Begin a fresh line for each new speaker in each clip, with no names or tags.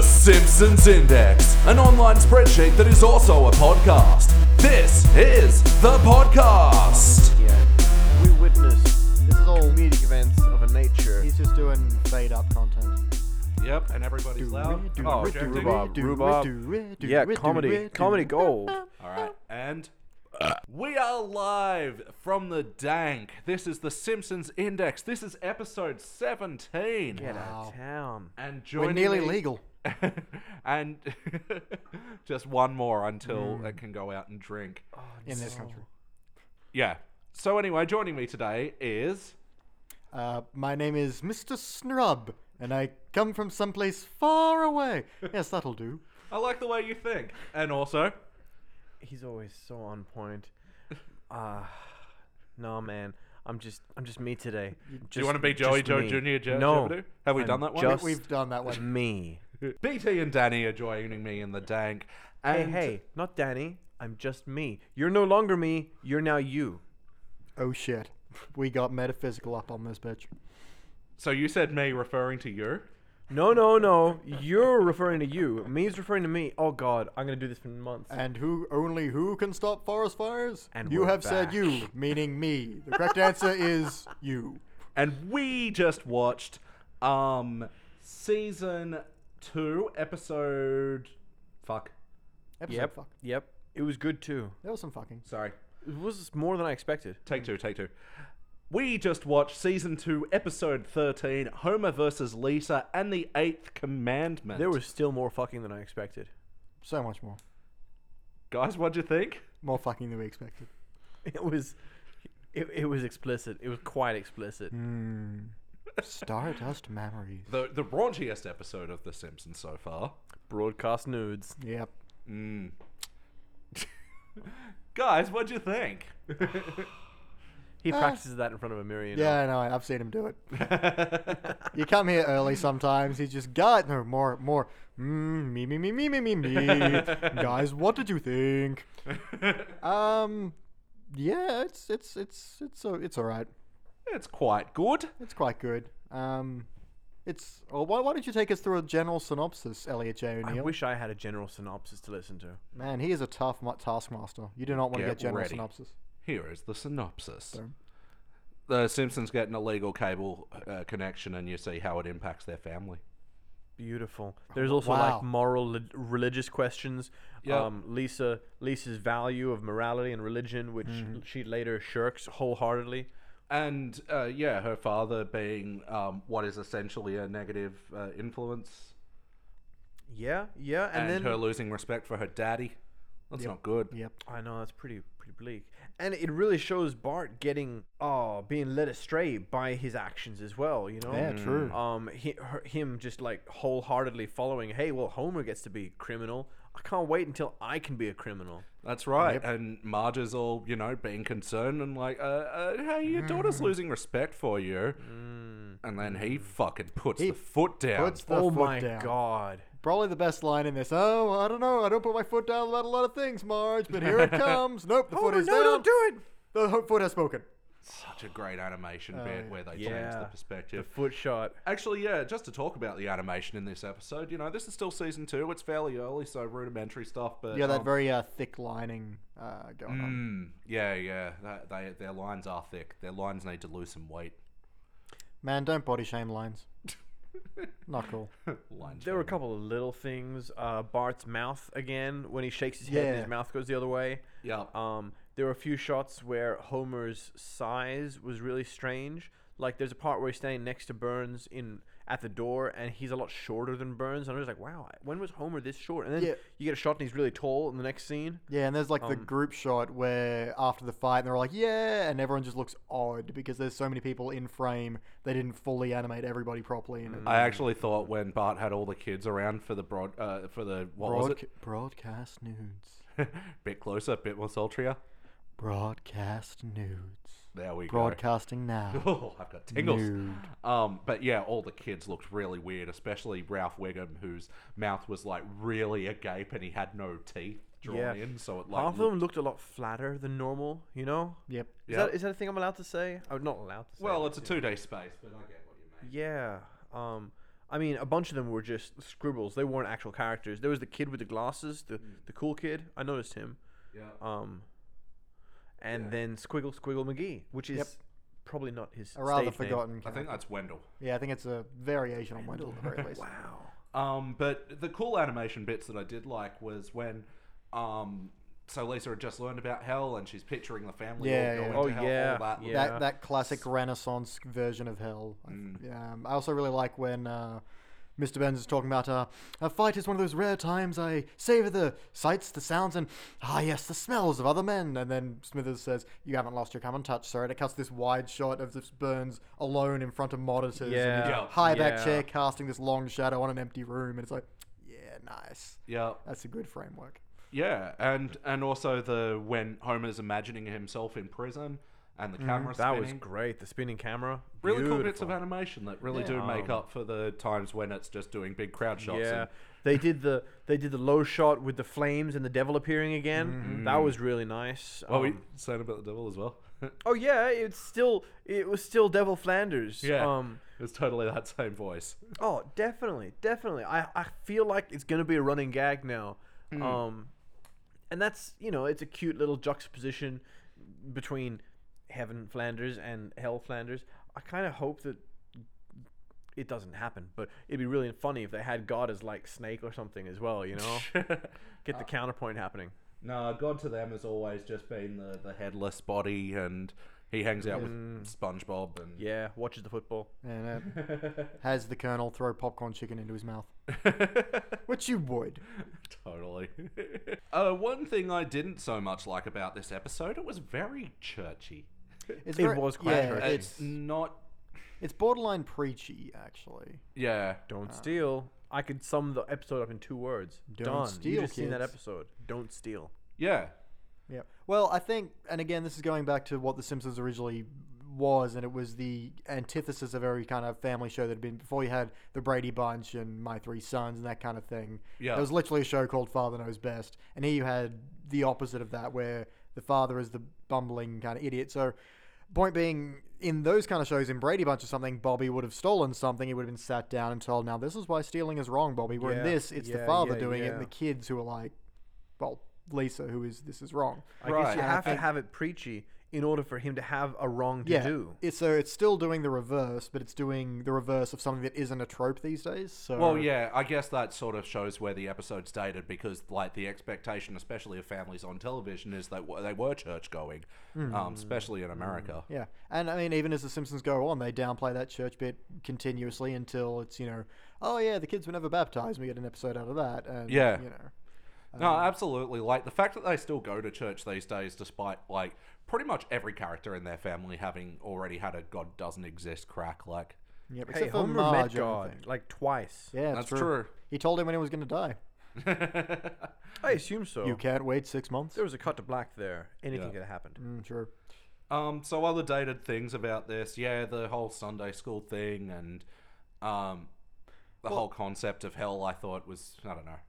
Simpsons Index, an online spreadsheet that is also a podcast. This is the podcast.
Yeah, we witnessed. This is all comedic events of a nature.
He's just doing fade up content.
Yep, and everybody's loud.
Do
Oh,
it,
okay,
do
dig-
it,
All
do it,
rhubarb.
do it, do
Yeah,
it, do
comedy,
it, do
comedy
it.
gold.
right, and we are live from the dank. This is the Simpsons Index. This is episode seventeen.
Get out
Wow.
of town.
And joining
We're nearly
me-
legal.
and just one more until
Hmm.
it can go out and drink.
in this country.
Yeah. So anyway, joining me today is
Uh, my name is Mr. Snrub, and I come from someplace far away. Yes, that'll do.
I like the way you think, and also
He's always so on point. Ah, no man, I'm just, I'm just me today.
do you want to be Joey Joe Junior? Jo-
no,
Jabadoo? have we
I'm
done that one?
just-
We've done that one.
me.
BT and Danny are joining me in the dank.
Hey,
And
hey, not Danny. I'm just me. You're no longer me. You're now you.
Oh shit. We got metaphysical up on this bitch.
So you said me referring to you?
No, no, no. You're referring to you. Me's referring to me. Oh God, I'm gonna do this for months.
And who only who can stop forest fires?
And
you
we're
have said
back.
you, meaning me. The correct answer is you.
And we just watched um season 2 episode fuck.
Episode
Yep,
fuck.
yep. It was good too.
There was some fucking.
Sorry.
It was more than I expected.
Take 2, take 2. We just watched season 2 episode 13 Homer versus Lisa and the 8th commandment.
There was still more fucking than I expected.
So much more.
Guys, what'd you think?
More fucking than we expected.
It was, it, it was explicit. It was quite explicit.
Mm.
Hmm.
Stardust memories.
The the raunchiest episode of The Simpsons so far. Mm.
Broadcast nudes.
Yep.
Guys, what'd you think?
He practices that in front of a mirror. You know?
Yeah, I know. I've seen him do it. you come here early sometimes. He's just got no more, more. Mm, me, me, me, me, me, me, me. Guys, what did you think? Um, yeah, it's it's it's it's a, it's all right.
it's quite good.
It's quite good. Um, it's. Oh, why, why don't you take us through a general synopsis, Elliot J
I
O'Neill?
wish I had a general synopsis to listen to.
Man, he is a tough mu- taskmaster. You do not want to
Get
get general
ready.
synopsis.
Here is the synopsis. The Simpsons get an illegal cable uh, connection, and you see how it impacts their family.
Beautiful.
Oh,
There's also
wow.
like moral, li- religious questions. Um, Lisa, Lisa's value of morality and religion, which
Mm-hmm.
she later shirks wholeheartedly.
And uh, yeah, her father being um, what is essentially a negative uh, influence,
Yeah, yeah, and,
and,
then
her losing respect for her daddy. That's not good.
Yep.
I know that's pretty pretty bleak, and it really shows Bart getting oh being led astray by his actions as well. You know,
Yeah, true.
Um, he, her, him just like wholeheartedly following. Hey, well, Homer gets to be criminal. I can't wait until I can be a criminal.
That's right. And Marge is all you know, being concerned and like, uh, uh, "Hey, your daughter's losing respect for you," and then he fucking puts the foot down.
Puts the
oh
foot
my
down.
god.
Probably the best line in this. Oh, I don't know. I don't put my foot down about a lot of things, Marge, but here it comes. Nope, the foot
Homer,
is
Oh, no,
down.
don't do it.
The ho- foot has spoken.
Such a great animation bit where they change
Yeah.
the perspective.
The foot shot.
Actually, yeah, just to talk about the animation in this episode, you know, this is still season two. It's fairly early, so rudimentary stuff, but.
Yeah, that
um,
very uh, thick lining uh, going on.
mm, yeah, yeah. That, they, their lines are thick. Their lines need to lose some weight.
Man, don't body shame lines. Not cool.
Lines.
There were a couple of little things. Uh, Bart's mouth again when he shakes his head and
Yeah.
his mouth goes the other way.
Yeah.
Um, there were a few shots where Homer's size was really strange. Like there's a part where he's standing next to Burns in at the door, and he's a lot shorter than Burns. And I was like, wow, when was Homer this short? And then
Yeah.
you get a shot and he's really tall in the next scene.
Yeah, and there's like the
Um,
group shot where after the fight they're all like, "Yeah," and everyone just looks odd because there's so many people in frame. They didn't fully animate everybody properly.
Mm.
In it.
I actually thought when Bart had all the kids around for the broad, uh, for the what was
Broadca- broadcast nudes.
it? bit closer, bit more sultrier.
Broadcast nudes.
There we
Broadcasting now.
go. Oh, I've got tingles.
Nude.
Um, but yeah, all the kids looked really weird, especially Ralph Wiggum, whose mouth was like really agape and he had no teeth drawn
Yeah.
in, so it like
Half of them looked a lot flatter than normal. You know,
Yep.
is
Yeah.
that is that a thing I'm allowed to say? I'm not allowed to say.
Well,
that.
it's a two day space, but I get what you mean.
Yeah. Um, I mean, a bunch of them were just scribbles. They weren't actual characters. There was the kid with the glasses, the
Mm.
the cool kid. I noticed him.
Yeah.
Um, and then Squiggle Squiggle McGee, which is
Yep.
probably not his.
A rather
stage name.
forgotten.
I think
character.
that's Wendell.
yeah, I think it's a variation on Wendell at the very least.
Wow.
Um, but the cool animation bits that I did like was when, um, so Lisa had just learned about hell and she's picturing the family
Yeah,
all
yeah.
going
Oh,
to hell.
yeah,
all that
yeah.
That that classic Renaissance version of hell. I-
Mm.
Um, I also really like when uh, Mr. Benz is talking about uh, a fight is one of those rare times I savor the sights, the sounds, and ah yes, the smells of other men. And then Smithers says, "You haven't lost your common touch, sir." And it cuts this wide shot of this Burns alone in front of monitors, and
Yeah,
his high back
yeah.
chair casting this long shadow on an empty room, and it's like, yeah, nice.
Yeah,
That's a good framework.
yeah, and and also the when Homer's imagining himself in prison and the camera
Mm, That
spinning.
was great. The spinning camera.
really
Beautiful. Um,
cool bits of animation that really do make up for the times when it's just doing big crowd shots.
Yeah.
and-
They did the they did the low shot with the flames and the devil appearing again.
Mm-hmm.
That was really nice.
oh, we
Um,
saying about the devil as well.
oh yeah, it's still it was still Devil Flanders.
yeah,
Um,
it was totally that same voice.
Oh, definitely, definitely. I, I feel like it's gonna be a running gag now.
Hmm.
Um, and that's you know it's a cute little juxtaposition between Heaven Flanders and Hell Flanders. I kind of hope that it doesn't happen, but it'd be really funny if they had God as like Snake or something as well. You know, get the
Uh.
counterpoint happening.
No, God to them has always just been the, the headless body, and he hangs out
Mm.
with SpongeBob and
Yeah, watches the football.
And it has the colonel throw popcorn chicken into his mouth, which you would.
totally. uh, one thing I didn't so much like about this episode, it was very churchy.
It's
It was quite
yeah,
attractive.
it's
It's not.
it's borderline preachy actually.
Yeah,
Don't steal. I could sum the episode up in two words.
Uh. Don't
Done. you
steal,
just seen that
kids.
episode. Don't steal.
yeah,
Yeah. Well, I think, and again, this is going back to what The Simpsons originally was, and it was the antithesis of every kind of family show that had been before. You had the Brady Bunch and My Three Sons and that kind of thing.
Yeah.
There was literally a show called Father Knows Best, and here you had the opposite of that, where the father is the bumbling kind of idiot. So. Point being, in those kind of shows, in Brady Bunch or something, Bobby would have stolen something. He would have been sat down and told, "Now this is why stealing is wrong, Bobby." Where
Yeah,
in this, it's
yeah,
the father
yeah,
doing it,
yeah.
and the kids who are like, "Well, Lisa, who is this is wrong."
I guess
Right. And
you
I
have to have it preachy in order for him to have a wrong to
yeah.
do.
It's, so it's still doing the reverse, but it's doing the reverse of something that isn't a trope these days. So
Well, yeah, I guess that sort of shows where the episode's dated because, like, the expectation, especially of families on television, is that w- they were church going, um, especially in America.
yeah. And I mean, even as the Simpsons go on, they downplay that church bit continuously until it's you know, oh yeah, the kids were never baptized. We get an episode out of that, and
Yeah.
you know,
No, absolutely. Like the fact that they still go to church these days, despite like pretty much every character in their family having already had a God doesn't exist crack. Like
yep,
Hey,
except for
Homer
Marge, I
met
don't
God
think.
like twice.
Yeah, it's
that's
true.
true.
He told him when he was going to die.
I assume so.
You can't wait six months.
Oh. There was a cut to black there. Anything
Yeah.
could have happened.
Mm, true.
Um, so other dated things about this, yeah, the whole Sunday school thing and um, the whole concept of hell. I thought was I don't know.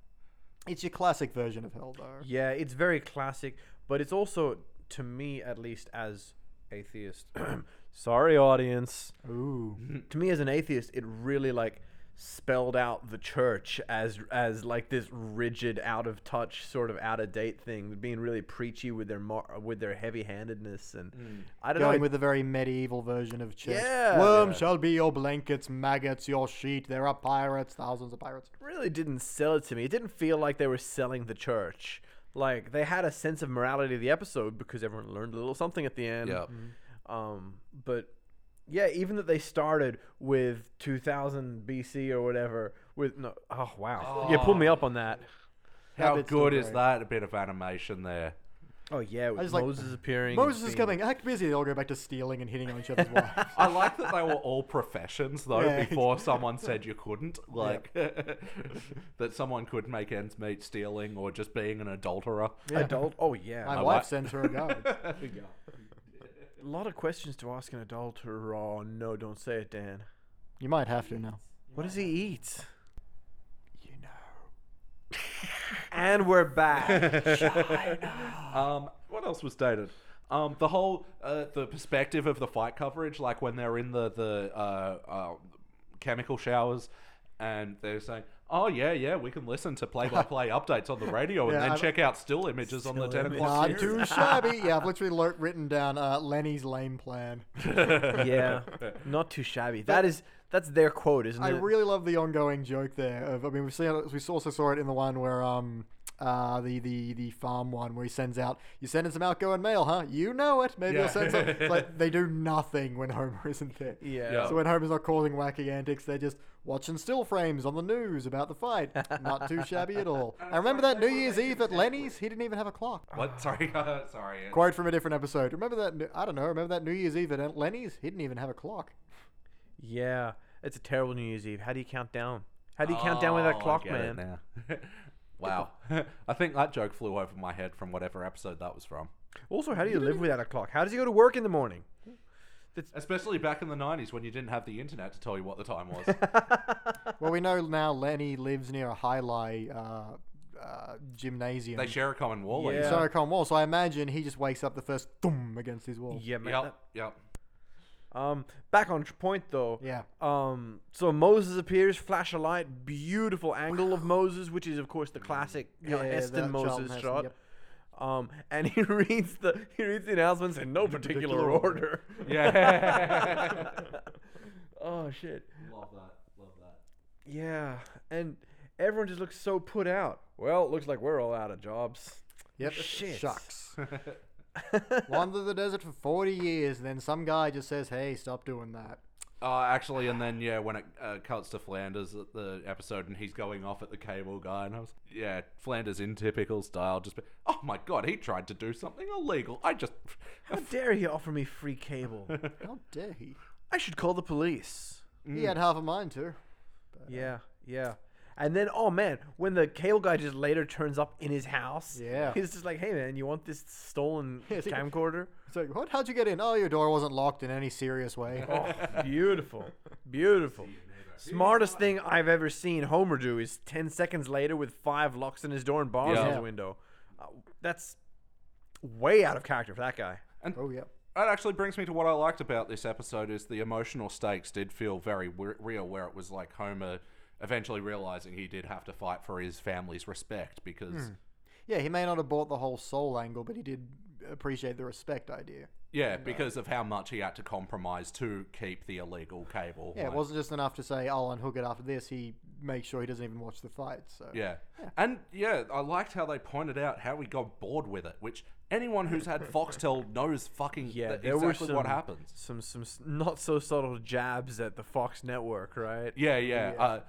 It's your classic version of hell, though.
Yeah, it's very classic, but it's also to me at least as atheist. Sorry audience.
Ooh.
to me as an atheist, it really like spelled out the church as as like this rigid out of touch sort of out of date thing being really preachy with their mar- with their heavy-handedness and I don't know
Mm. Going
it-
with the very medieval version of church.
Yeah.
Worm
Yeah.
shall be your blankets, maggots your sheet. There are pirates, thousands of pirates.
really didn't sell it to me. It didn't feel like they were selling the church. Like they had a sense of morality of the episode because everyone learned a little something at the end.
Yeah.
Um, but yeah, even that they started with 2000 BC or whatever. With no, oh wow, yeah, pull me up on that.
How
Habits
good
don't
is
grow.
that? A bit of animation there.
Oh yeah, with
just like-
Moses appearing. and
Moses is
seeing-
coming. Act busy. They all go back to stealing and hitting on each other's wives.
I like that they were all professions though.
Yeah.
Before someone said you couldn't, like that someone could make ends meet stealing or just being an adulterer.
Adult. Oh yeah,
My
a
wife
wife-
sends her a guide.
lot of questions to ask an adulterer. Oh no, don't say it, Dan.
You might have to now.
What does he eat?
You know.
And we're back.
Um, what else was dated? Um, the whole uh, the perspective of the fight coverage, like when they're in the the uh, uh, chemical showers and they're saying, "Oh yeah, yeah, we can listen to play-by-play updates on the radio, and
Yeah,
then
I'm-
check out still images on the
Still
ten o'clock."
Not
news."
too shabby. Yeah, I've literally lear- written down uh, Lenny's lame plan.
yeah, not too shabby. That is that's their quote, isn't
I
it?
really love the ongoing joke there. Of, I mean, we've seen it, we also saw it in the one where um uh the, the the farm one where he sends out you sending some outgoing mail, huh? You know it. Maybe
Yeah.
you'll send some. It's like they do nothing when Homer isn't there.
yeah.
Yeah.
So when Homer's not causing wacky antics, they're just watching still frames on the news about the fight. Not too shabby at all. I remember that New Year's Eve at Lenny's. He didn't even have a clock.
What? Sorry, sorry.
Quote from a different episode. Remember that? New- I don't know. Remember that New Year's Eve at Lenny's? He didn't even have a clock.
Yeah. It's a terrible New Year's Eve. How do you count down? How do you count down with that
Oh, I
clock,
get it
man?
now. wow, I think that joke flew over my head from whatever episode that was from.
Also, how do you live without a clock? How does he go to work in the morning?
Especially back in the '90s when you didn't have the internet to tell you what the time was.
Well, we know now Lenny lives near a high lie uh, uh, gymnasium.
they share a common wall.
Yeah.
Yeah.
Sarah Con wall, so I imagine he just wakes up the first thum against his wall.
Yeah, man.
Yep. Yep.
that- Um, back on tr- point though.
Yeah.
Um, so Moses appears, flash a light, beautiful angle of Moses, which is of course the classic you know,
Yeah,
Heston
that Charlton
Moses
Heston,
shot.
yep.
Um, and he reads the he reads the announcements in no particular
particular
order.
Yeah.
oh shit.
Love that. Love that.
Yeah, and everyone just looks so put out. Well, looks like we're all out of jobs.
Yep.
Shit.
Shucks. Wander the desert for 40 years, and then some guy just says, hey, stop doing that.
Oh, actually, and then yeah, when it uh, cuts to Flanders at the episode, and he's going off at the cable guy, and I was yeah, Flanders in typical style, just be, oh my god, he tried to do something illegal. I just
How dare he offer me free cable?
How dare he?
I should call the police.
He
Mm.
had half a mind to.
Yeah, yeah. And then, oh man, when the cable guy just later turns up in his house,
Yeah.
he's just like, "Hey man, you want this stolen
Yes, he-
camcorder?"
It's like, what? How'd you get in? Oh, your door wasn't locked in any serious way.
Oh, beautiful, beautiful. Smartest thing I've ever seen Homer do is ten seconds later with five locks in his door and bars in
Yeah.
his
Yeah.
window. Uh, that's way out of character for that guy.
Oh, yeah.
That actually brings me to what I liked about this episode is the emotional stakes did feel very w- real, where it was like Homer eventually realizing he did have to fight for his family's respect because
Yeah, he may not have bought the whole soul angle, but he did appreciate the respect idea.
yeah, because of how much he had to compromise to keep the illegal cable.
Yeah, it
like-
wasn't just enough to say, I'll unhook it after this. He makes sure he doesn't even watch the fight. So
Yeah. And yeah, I liked how they pointed out how we got bored with it, which anyone who's had Foxtel knows fucking
Yeah,
that-
there were
exactly
some,
what happens.
Some some s- not so subtle jabs at the Fox network, right?
Yeah, yeah. Uh,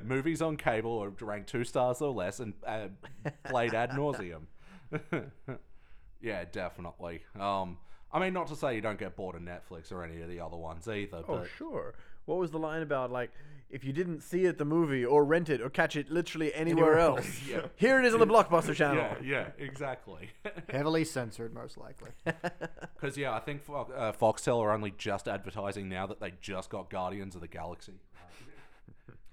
movies on cable are ranked two stars or less and uh, played ad nauseum. yeah, definitely. Um, I mean, not to say you don't get bored of Netflix or any of the other ones either,
Oh
but
sure. What was the line about? Like, if you didn't see it at the movie or rent it or catch it literally
Anywhere
anywhere, else,
else,
yeah.
here it is on the Blockbuster channel.
yeah, yeah, exactly.
heavily censored, most likely.
Because yeah, I think Fo- uh, Foxtel are only just advertising now that they just got Guardians of the Galaxy.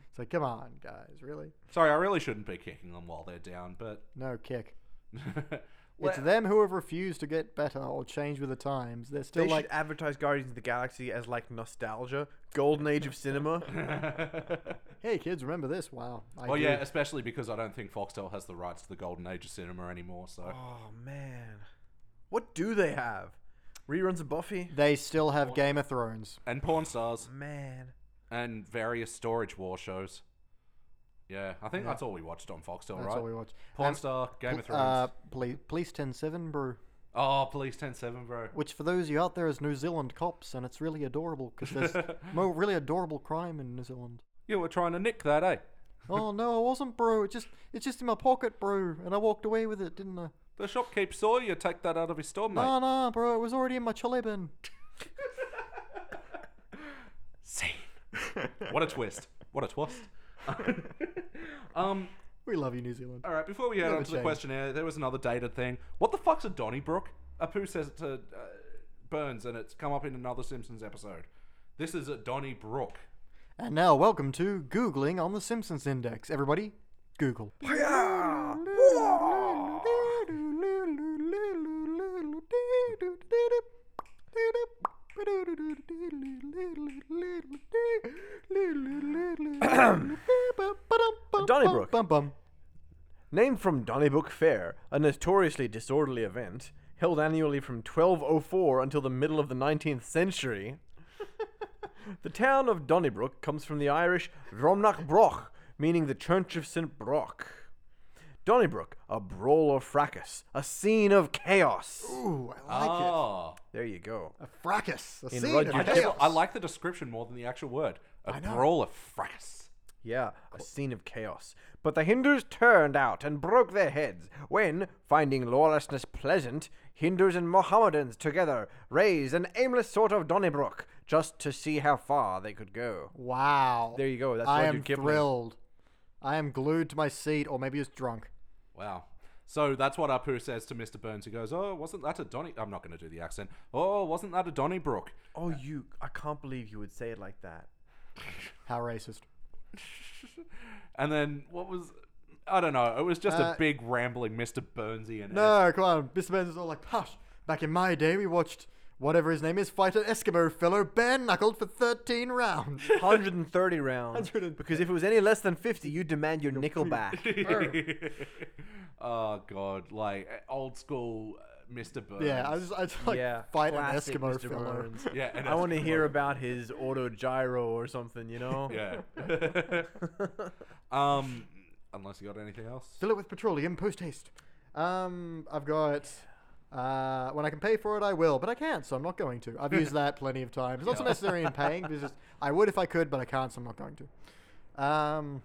It's like, come on, guys, really?
Sorry, I really shouldn't be kicking them while they're down, but
No kick.
Well,
It's them who have refused to get better or change with the times. They're still
They
like,
should advertise Guardians of the Galaxy as like nostalgia, golden age of cinema.
hey, kids, remember this? Wow. I
well,
do.
Oh, yeah, especially because I don't think Foxtel has the rights to the Golden Age of cinema anymore. So
oh man, what do they have? Reruns of Buffy.
They still have Game of Thrones.
and porn stars
Man,
and various storage war shows. Yeah, I think that's all we watched on Foxtel,
That's
right?
all we watch.
Porn
And,
star, Game of
pl-
Thrones.
Uh, police, police 107 Brew,
oh, Police Ten Seven, bro.
which for those of you out there is New Zealand cops, and it's really adorable because there's mo- really adorable crime in New Zealand.
You were trying to nick that, eh?
Oh no, I wasn't, bro. It just it's just in my pocket, bro, and I walked away with it, didn't I?
The shopkeep saw you take that out of his store, mate.
Nah, nah, bro. It was already in my chili bin.
Scene. what a twist! What a twist! um.
We love you, New Zealand.
All right, before we head
Never
on to the
change.
questionnaire, there was another dated thing. What the fuck's a Donnybrook? Apu says it to uh, Burns, and it's come up in another Simpsons episode. This is a Donnybrook.
And now, welcome to Googling on the Simpsons Index. Everybody, Google.
Donnybrook.
Bum, bum.
Named from Donnybrook Fair, a notoriously disorderly event held annually from 1204 until the middle of the 19th century, the town of Donnybrook comes from the Irish Dromnach Broch, meaning the Church of St. Brock. Donnybrook, a brawl or fracas, a scene of chaos.
Ooh, I like
Oh.
There you go.
it. A fracas. A
In
scene of
Rudyard
I,
Kipling.
chaos.
I like the description more than the actual word. A
know.
brawl of fracas.
Yeah, a scene of chaos. But the Hindus turned out and broke their heads when, finding lawlessness pleasant, Hindus and Mohammedans together raised an aimless sort of Donnybrook just to see how far they could go.
Wow.
There you go, that's
I
Rudyard
am
Kipling.
thrilled. I am glued to my seat, or maybe just drunk.
Wow. So that's what Apu says to Mr. Burns. He goes, Oh, wasn't that a Donny? I'm not going to do the accent. Oh, wasn't that a Donnybrook?
Oh, you. I can't believe you would say it like that.
How racist.
And then what was. I don't know. It was just
Uh,
a big rambling Mr. Burnsy and
No, come on. Mr. Benz is all like, hush. Back in my day, we watched whatever his name is fight an Eskimo fellow bare knuckled for 13 rounds.
130 rounds. Because if it was any less than 50, you'd demand your nickel back.
oh god, like uh, old school uh, Mr. Burns.
yeah, I was, I was like,
yeah,
fight an
classic
Eskimo
Mr.
fellow.
Burns.
yeah. and
I
that's
want to
cool.
hear about his auto gyro or something, you know?
Yeah. um, unless you got anything else.
Fill it with petroleum post haste. Um, I've got. Uh, when I can pay for it, I will, but I can't, so I'm not going to. I've used that plenty of times. It's not so necessary in paying. But it's just I would if I could, but I can't, so I'm not going to. Um,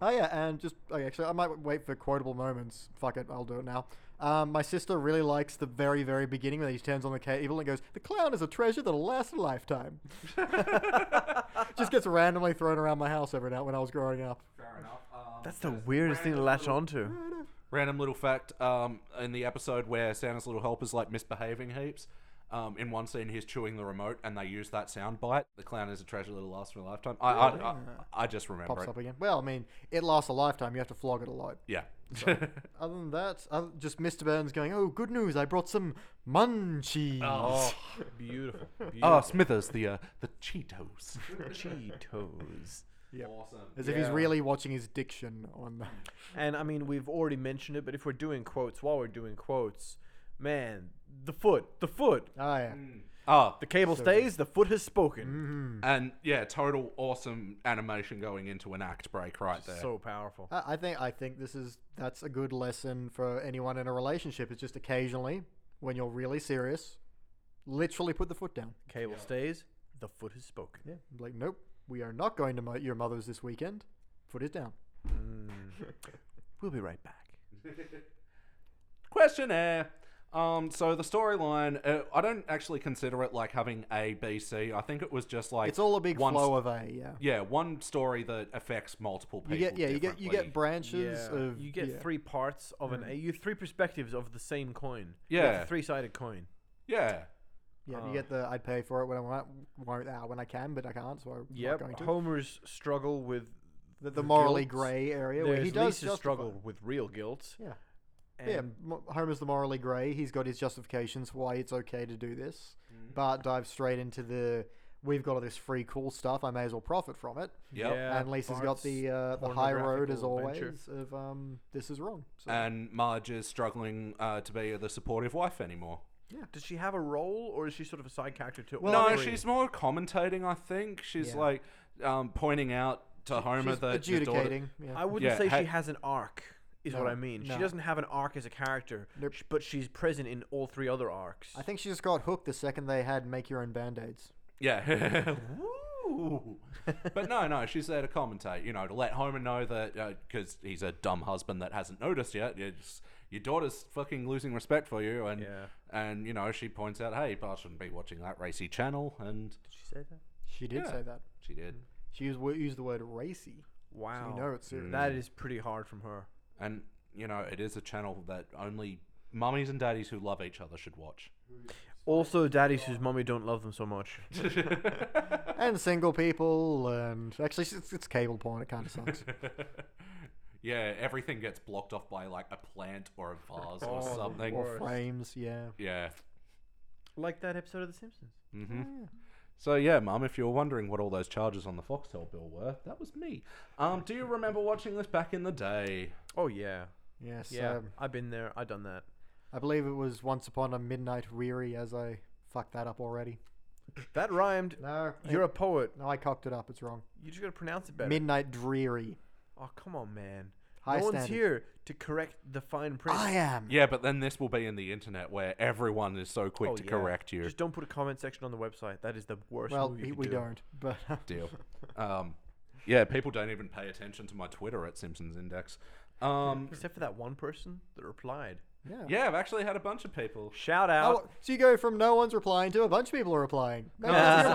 oh yeah, and just okay, actually, I might wait for quotable moments. Fuck it, I'll do it now. Um, my sister really likes the very, very beginning when he turns on the cable and goes, "The clown is a treasure that'll last a lifetime." just gets randomly thrown around my house every night when I was growing up.
Fair enough.
Um,
That's the weirdest thing to latch onto.
Random little fact. Um, in the episode where Santa's little helper's like misbehaving heaps. Um, in one scene, he's chewing the remote, and they use that sound bite. The clown is a treasure that'll last for a lifetime. I, I, I, I just remember
pops
it.
up again. Well, I mean, it lasts a lifetime. You have to flog it a lot.
Yeah.
Other than that, other, just Mr. Burns going, "Oh, good news! I brought some munchies."
Oh, beautiful.
oh, Smithers, the uh, the Cheetos.
Cheetos.
Yep.
Awesome.
As if he's
Yeah.
really watching his diction on that.
And I mean, we've already mentioned it, but if we're doing quotes while we're doing quotes, man, the foot, the foot.
Oh yeah.
Mm.
Oh,
The cable stays, the foot has spoken.
and yeah, total awesome animation going into an act break right there.
So powerful.
I I think I think this is that's a good lesson for anyone in a relationship. It's just occasionally when you're really serious, literally put the foot down.
Cable stays, the foot has spoken.
Yeah. Like, nope, we are not going to mo- your mother's this weekend. Foot is down.
Mm. We'll be right back.
questionnaire. Um, so the storyline, uh, I don't actually consider it like having A, B, C. I think it was just like
It's all a big
one
flow of a yeah.
Yeah, one story that affects multiple people.
You get yeah, you get you get
differently.
branches
Yeah.
of
you get
yeah.
three parts of an. You get three perspectives of the same coin.
Yeah.
three sided coin.
yeah.
Yeah,
Uh,
you get the I'd pay for it when I want, want ah, when I can, but I can't, so I'm
Yep.
not going to.
Homer's struggle with
the, the morally
guilt.
grey area
There's
where he does
Lisa's
justify-
struggle with real guilt.
Yeah,
And
yeah. Mo- Homer's the morally grey. He's got his justifications for why it's okay to do this.
Mm-hmm.
Bart dives straight into the we've got all this free cool stuff. I may as well profit from it.
Yep.
Yeah,
and Lisa's got
Bart's
the uh, the high road as
pornographical
always
adventure.
of um this is wrong. So
And Marge is struggling uh, to be the supportive wife anymore.
Does she have a role, or is she sort of a side character to? all
no,
three?
she's more commentating. I think she's
Yeah.
like um, pointing out to Homer
she's
that his daughter-
adjudicating. Yeah.
I wouldn't
Yeah,
say
ha-
she has an arc, is what
No,
I mean.
no.
She doesn't have an arc as a character, sh- but she's present in all three other arcs.
I think she just got hooked the second they had make your own band aids.
Yeah. Woo. but no, no, she's there to commentate, you know, to let Homer know that, because he's a dumb husband that hasn't noticed yet, it's, your daughter's fucking losing respect for you. And,
Yeah.
and, you know, she points out, hey, Bart shouldn't be watching that racy channel. And
Did she say that?
She did
Yeah.
say that.
she did.
She used, used the word racy.
Wow. Mm.
know it's serious.
That is pretty hard from her.
And, you know, it is a channel that only mummies and daddies who love each other should watch.
Also, daddies whose mommy don't love them so much.
and single people and actually it's, it's cable porn it kind of sucks
Yeah, everything gets blocked off by, like, a plant or a vase or
Oh, the
something.
or frames yeah
Yeah.
like that episode of The Simpsons.
hmm So yeah, Mum, if you were wondering what all those charges on the Foxtel bill were, that was me. Um, do you remember watching this back in the day?
Oh yeah,
Yes.
yeah.
Um,
I've been there. I've done that.
I believe it was Once Upon a Midnight Weary as I fucked that up already.
That rhymed.
No.
You're a poet.
no, I cocked it up. It's wrong.
You just gotta pronounce it better.
Midnight Dreary.
oh come on, man.
High
no one's
standards.
here to correct the fine print.
I am.
Yeah, but then this will be in the internet where everyone is so quick
Oh,
to
yeah.
correct you.
Just don't put a comment section on the website. That is the worst.
Well,
move you
we,
could
we
do.
don't. But
Deal. Um, yeah, people don't even pay attention to my Twitter at Simpsons Index. Um,
Except for that one person that replied.
yeah.
yeah, I've actually had a bunch of people.
Shout
Oh,
out.
so you go from no one's replying to a bunch of people are replying. Make up your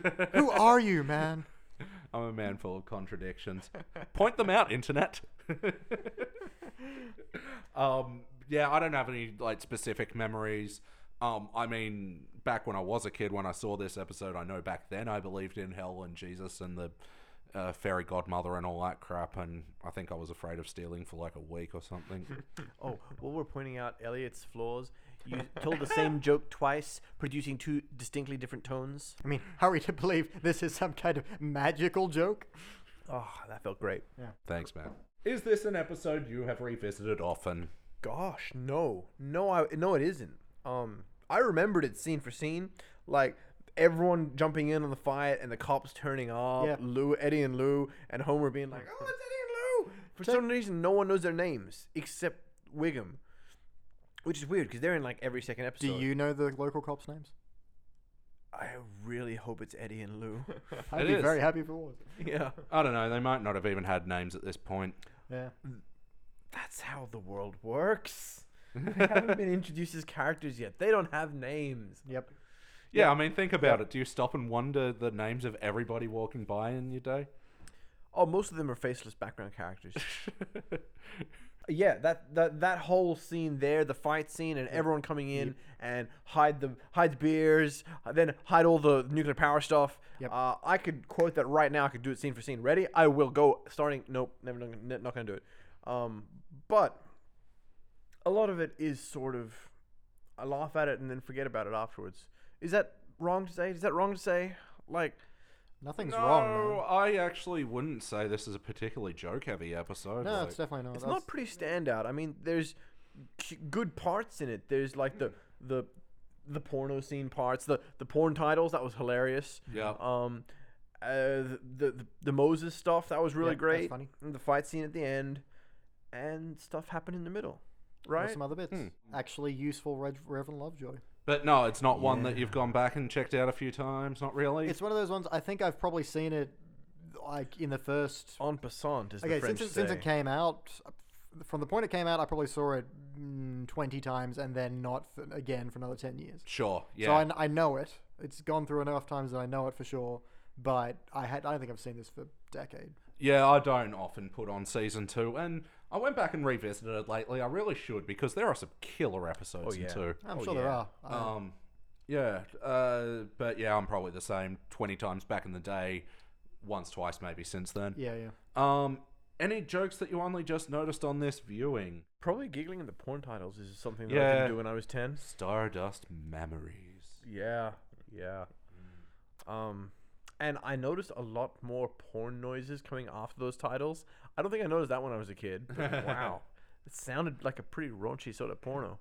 mind. Who are you, man?
I'm a man full of contradictions. Point them out, internet. um, yeah, I don't have any like specific memories. Um, I mean, back when I was a kid, when I saw this episode, I know back then I believed in hell and Jesus and the uh, fairy godmother and all that crap, and I think I was afraid of stealing for like a week or something.
Oh, well, we're pointing out Elliot's flaws. You told the same joke twice, producing two distinctly different tones.
I mean, how are you to believe this is some kind of magical joke?
Oh, that felt great.
Thanks, man. Is this an episode you have revisited often?
Gosh, no, no, I no, it isn't. Um, I remembered it scene for scene, like everyone jumping in on the fight and the cops turning up.
Yeah.
Lou, Eddie, and Lou, and Homer being like, "Oh, it's Eddie and Lou." For some reason, no one knows their names except Wiggum, which is weird because they're in like every second
Do
episode.
you know the local cops' names?
I really hope it's Eddie and Lou.
I'd
It
be
is.
very happy if it was.
yeah,
I don't know. They might not have even had names at this point.
Yeah.
Mm. that's how the world works. they haven't been introduced as characters yet. They don't have names.
Yep.
Yeah, I mean, think about it. Do you stop and wonder the names of everybody walking by in your day?
Oh, most of them are faceless background characters. yeah, that, that that whole scene there, the fight scene, and everyone coming in and hide the hide the beers, uh, then hide all the nuclear power stuff.
Yep.
Uh, I could quote that right now. I could do it scene for scene. Ready? I will go. Starting. Nope. Never. Not gonna- not gonna do it. Um, but a lot of it is sort of I laugh at it and then forget about it afterwards. Is that wrong to say? Is that wrong to say? Like,
Nothing's
no,
wrong. Man.
I actually wouldn't say this is a particularly joke-heavy episode.
No,
like-
it's definitely not.
It's
That's-
not pretty standout. I mean, there's c- good parts in it. There's like the the the porno scene parts, the the porn titles. That was hilarious.
Yeah.
Um, uh, the the, the Moses stuff that was really
Yeah, that's
great.
funny.
And the fight scene at the end, and stuff happened in the middle.
there's
Right.
some other bits.
Hmm.
Actually, useful Rev- Reverend Lovejoy.
but no, it's not one that you've gone back and checked out a few times. Not really.
It's one of those ones. I think I've probably seen it like in the first.
en passant is
Okay,
the French
since it, since
say.
it came out, from the point it came out, I probably saw it mm, twenty times and then not f again for another ten years.
sure. Yeah.
So I, kn- I know it. It's gone through enough times that I know it for sure. But I had I don't think I've seen this for decade.
Yeah, I don't often put on season two, and I went back and revisited it lately. I really should because there are some killer episodes
yeah.
in two.
I'm
Oh,
sure there
yeah.
are. I-
Um, yeah, uh, but yeah, I'm probably the same twenty times back in the day, once, twice, maybe since then.
yeah, yeah.
Um, any jokes that you only just noticed on this viewing?
Probably giggling at the porn titles is something that I
Yeah.
didn't do when I was ten.
Stardust memories.
Yeah, yeah. Um, and I noticed a lot more porn noises coming after those titles. I don't think I noticed that when I was a kid. but wow, it sounded like a pretty raunchy sort of porno.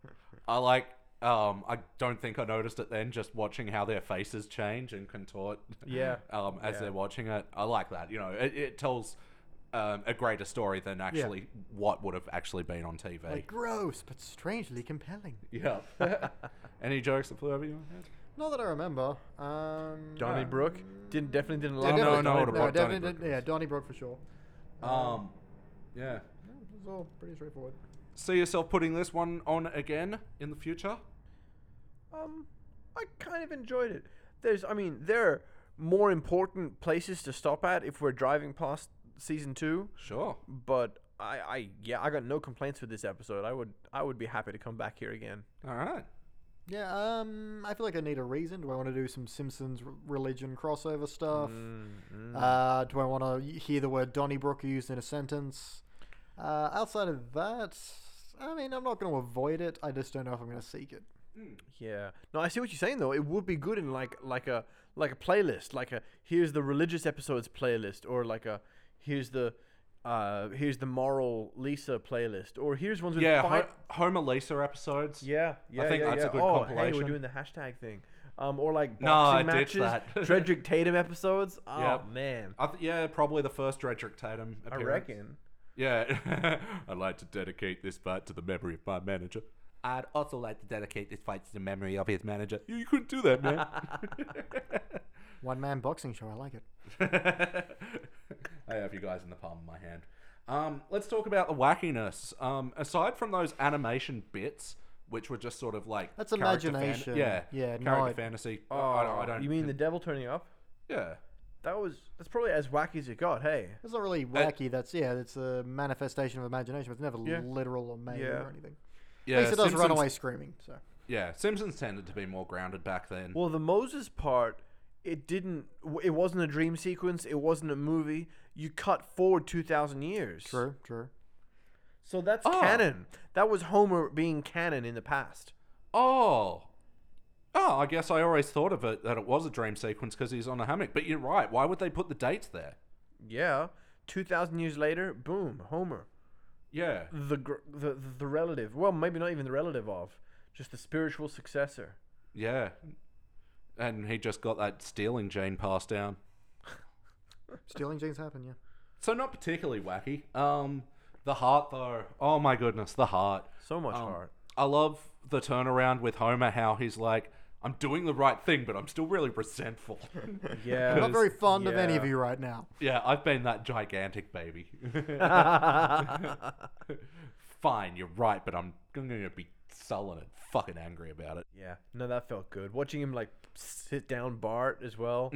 I like. Um, I don't think I noticed it then. Just watching how their faces change and contort.
Yeah.
Um, as
Yeah.
they're watching it, I like that. You know, it, it tells um, a greater story than actually what would have actually been on TV.
Like gross, but strangely compelling.
yeah. any jokes that flew over your head?
Not that I remember. Um,
Donnybrook didn't definitely
Yeah,
didn't
no,
laugh.
no,
definitely Donny-
what about
definitely
Donnybrook
did- Yeah, Donnybrook for sure.
Um, yeah.
Yeah, it was all pretty straightforward.
See yourself putting this one on again in the future?
Um, I kind of enjoyed it. There's, I mean, there are more important places to stop at if we're driving past season two.
Sure.
But I, I, yeah, I got no complaints with this episode. I would, I would be happy to come back here again.
All right.
Yeah, um, I feel like I need a reason. Do I want to do some Simpsons r- religion crossover stuff?
Mm-hmm.
Uh, do I want to hear the word Donnybrook used in a sentence? Uh, outside of that, I mean, I'm not going to avoid it. I just don't know if I'm going to seek it.
Yeah. No, I see what you're saying though. It would be good in like like a like a playlist, like a here's the religious episodes playlist, or like a here's the uh, here's the moral Lisa playlist, or here's ones with
Yeah,
fight.
Ho- Homer Lisa episodes.
yeah, yeah,
think
yeah,
that's a
yeah.
good
oh, Hey,
compilation.
we're doing the hashtag thing, um, or like
No,
boxing
I
matches,
ditched that.
Dredrick Tatum episodes. Oh
Yep.
man,
I th- yeah, probably the first Dredrick Tatum.
I
Appearance.
reckon.
Yeah. I'd like to dedicate this fight to the memory of my manager. I'd also like to dedicate this fight to the memory of his manager. You, you couldn't do that, man.
One man boxing show. I like it.
I have you guys in the palm of my hand. Um, let's talk about the wackiness. Um, aside from those animation bits, which were just sort of like
That's
character
imagination.
Fan- yeah,
Yeah,
character
no, I-
fantasy.
Oh,
I, don't, I don't.
you mean the devil turning up?
yeah?
That was that's probably as wacky as it got. Hey,
It's not really wacky. that's yeah. It's a manifestation of imagination, but it's never
Yeah.
literal or made
Yeah.
or anything.
Yeah,
At least it does run
Simpsons-
away screaming. So
Yeah, Simpsons tended to be more grounded back then.
Well, the Moses part, it didn't. w- It wasn't a dream sequence. It wasn't a movie. You cut forward two thousand years.
true, true.
So that's
Ah.
canon. That was Homer being canon in the past.
Oh. Oh, I guess I always thought of it that it was a dream sequence because he's on a hammock. But you're right. Why would they put the dates there?
Yeah. Two thousand years later, boom, Homer,
Yeah.
the, gr- the the relative. Well, maybe not even the relative of, just the spiritual successor.
Yeah. And he just got that stealing gene passed down.
Stealing jeans happen. Yeah.
So not particularly wacky. Um the heart though. Oh my goodness, the heart.
So much
Um,
heart.
I love the turnaround with Homer how he's like I'm doing the right thing, but I'm still really resentful.
Yeah.
I'm not very fond of any
yeah.
of you right now.
yeah, I've been that gigantic baby. Fine, you're right, but I'm gonna be sullen and fucking angry about it.
Yeah, no, that felt good. Watching him like sit down Bart as well,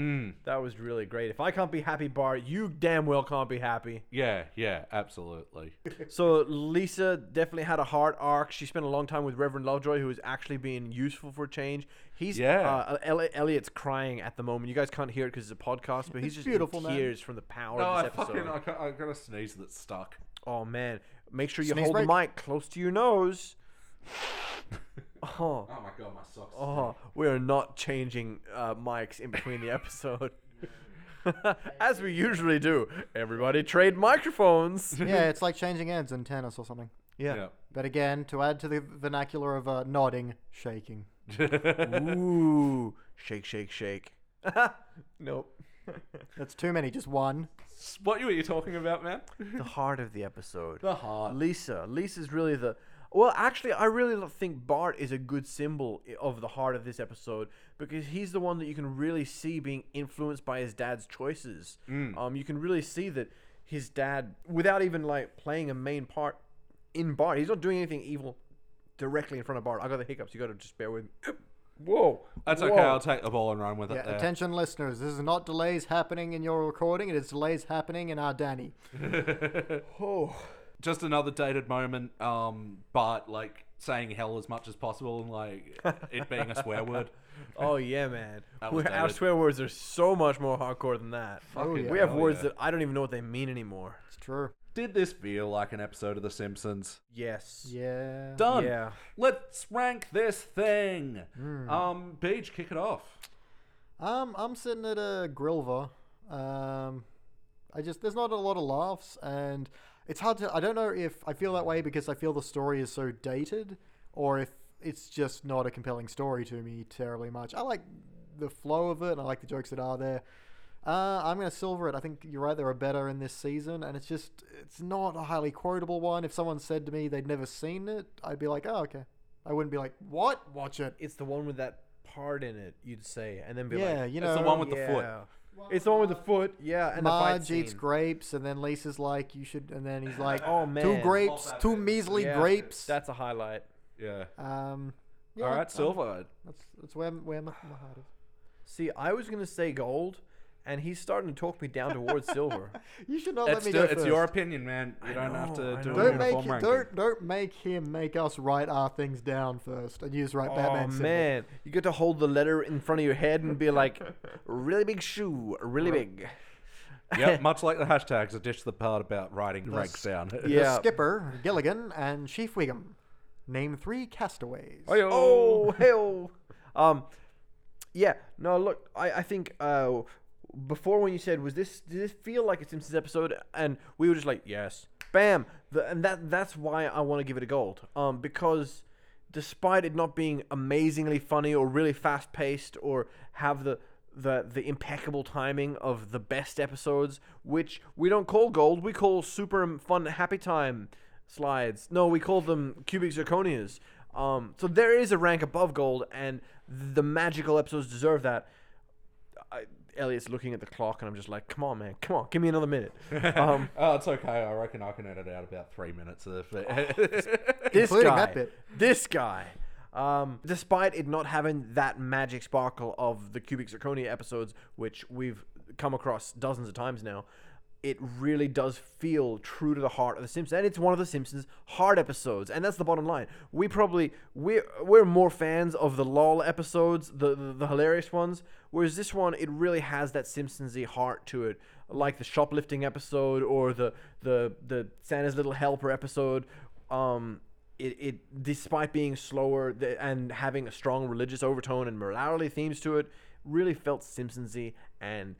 that was really great. If I can't be happy, Bart, you damn well can't be happy.
Yeah, yeah, absolutely.
so Lisa definitely had a hard arc. She spent a long time with Reverend Lovejoy, who is actually being useful for change. He's
Yeah.
Uh, Eli- Elliot's crying at the moment. You guys can't hear it because it's a podcast, but he's
It's
just
beautiful,
in
man.
tears from the power
No,
of
Oh, I
this episode.
fucking I, ca- I got a sneeze that stuck.
Oh man, make sure you
Sneeze
hold the
break.
mic close to your nose.
Oh
oh,
my god, my socks.
oh, we are not changing uh, mics in between the episode. As we usually do, everybody trade microphones.
yeah, it's like changing ends in tennis or something.
Yeah.
But again, to add to the vernacular of uh, nodding, shaking.
Ooh, shake, shake, shake. nope.
That's too many. Just one.
What were you talking about, man?
the heart of the episode.
The heart.
Lisa. Lisa's really the. Well, actually, I really lo- think Bart is a good symbol i- of the heart of this episode because he's the one that you can really see being influenced by his dad's choices.
Mm.
Um, you can really see that his dad, without even like playing a main part in Bart, he's not doing anything evil directly in front of Bart. I got the hiccups. You got to just bear with me. Whoa,
That's
Whoa.
okay. I'll take the ball and run with it.
Yeah,
there.
attention listeners, this is not delays happening in your recording, it is delays happening in our Danny.
Oh,
Just another dated moment. Um, but like saying hell as much as possible and like it being a swear word.
oh yeah, man.
That was
We're, our
dated.
swear words are so much more hardcore than that.
Oh,
Fucking
We have
hell,
words
yeah.
that I don't even know what they mean anymore.
It's true.
Did this feel like an episode of The Simpsons?
Yes.
Yeah.
Done.
Yeah.
Let's rank this thing.
Hmm.
Um, Beach, kick it off.
Um, I'm sitting at a Grilva. Um, I just there's not a lot of laughs, and it's hard to. I don't know if I feel that way because I feel the story is so dated, or if it's just not a compelling story to me terribly much. I like the flow of it, and I like the jokes that are there. Uh, I'm gonna silver it. I think you're right. There are better in this season, and it's just it's not a highly quotable one. If someone said to me they'd never seen it, I'd be like, oh okay. I wouldn't be like, what? Watch it.
It's the one with that part in it, you'd say, and then be
yeah,
like,
you know.
It's the one with the foot.
Oh, yeah. It's the one with the foot, yeah, and the fight
Marge
scene.
eats grapes, and then Lisa's like, "You should," and then he's like,
Oh,
two
man.
grapes,
Love that
two
bit.
measly
Yeah,
grapes."
That's a highlight.
Yeah.
um, yeah,
All
um,
Oh,
right, Silver.
That's that's where where my, my heart is.
See, I was gonna say gold, and he's starting to talk me down towards silver.
You should not
It's,
let me
still-
go
it's your
first.
opinion, man. You
I
don't have
know,
to
I
do
know.
a
Don't make
uniform
hi-
ranking.
don't don't make him make us write our things down first, and use right
oh
Batman. symbol.
man, you get to hold the letter in front of your head and be like, really big shoe, really big.
yep, much like the hashtags, I ditched the part about writing ranks down.
The
Yeah.
Skipper, Gilligan, and Chief Wiggum. Name three castaways.
Oh hell. Um, Yeah. No, look, I, I think uh, before when you said, was this, did this feel like a Simpsons episode? And we were just like, yes. Bam. The, and that that's why I want to give it a gold. Um, because despite it not being amazingly funny or really fast paced or have the, the, the impeccable timing of the best episodes, which we don't call gold, we call super fun happy time slides. No, we call them cubic zirconias. Um, so there is a rank above gold, and the magical episodes deserve that. I, Elliot's looking at the clock, and I'm just like, "Come on, man! Come on, give me another minute." Um,
Oh, it's okay. I reckon I can edit out about three minutes of
this
Including
guy,
that bit.
this guy. Um, despite it not having that magic sparkle of the cubic zirconia episodes, which we've come across dozens of times now, it really does feel true to the heart of the Simpsons, and it's one of the Simpsons' hard episodes, and that's the bottom line. We probably we're we're more fans of the lol episodes, the the, the hilarious ones, whereas this one it really has that Simpsonsy heart to it, like the shoplifting episode or the the the Santa's Little Helper episode. Um, it, it despite being slower th- and having a strong religious overtone and morality themes to it, really felt Simpsonsy and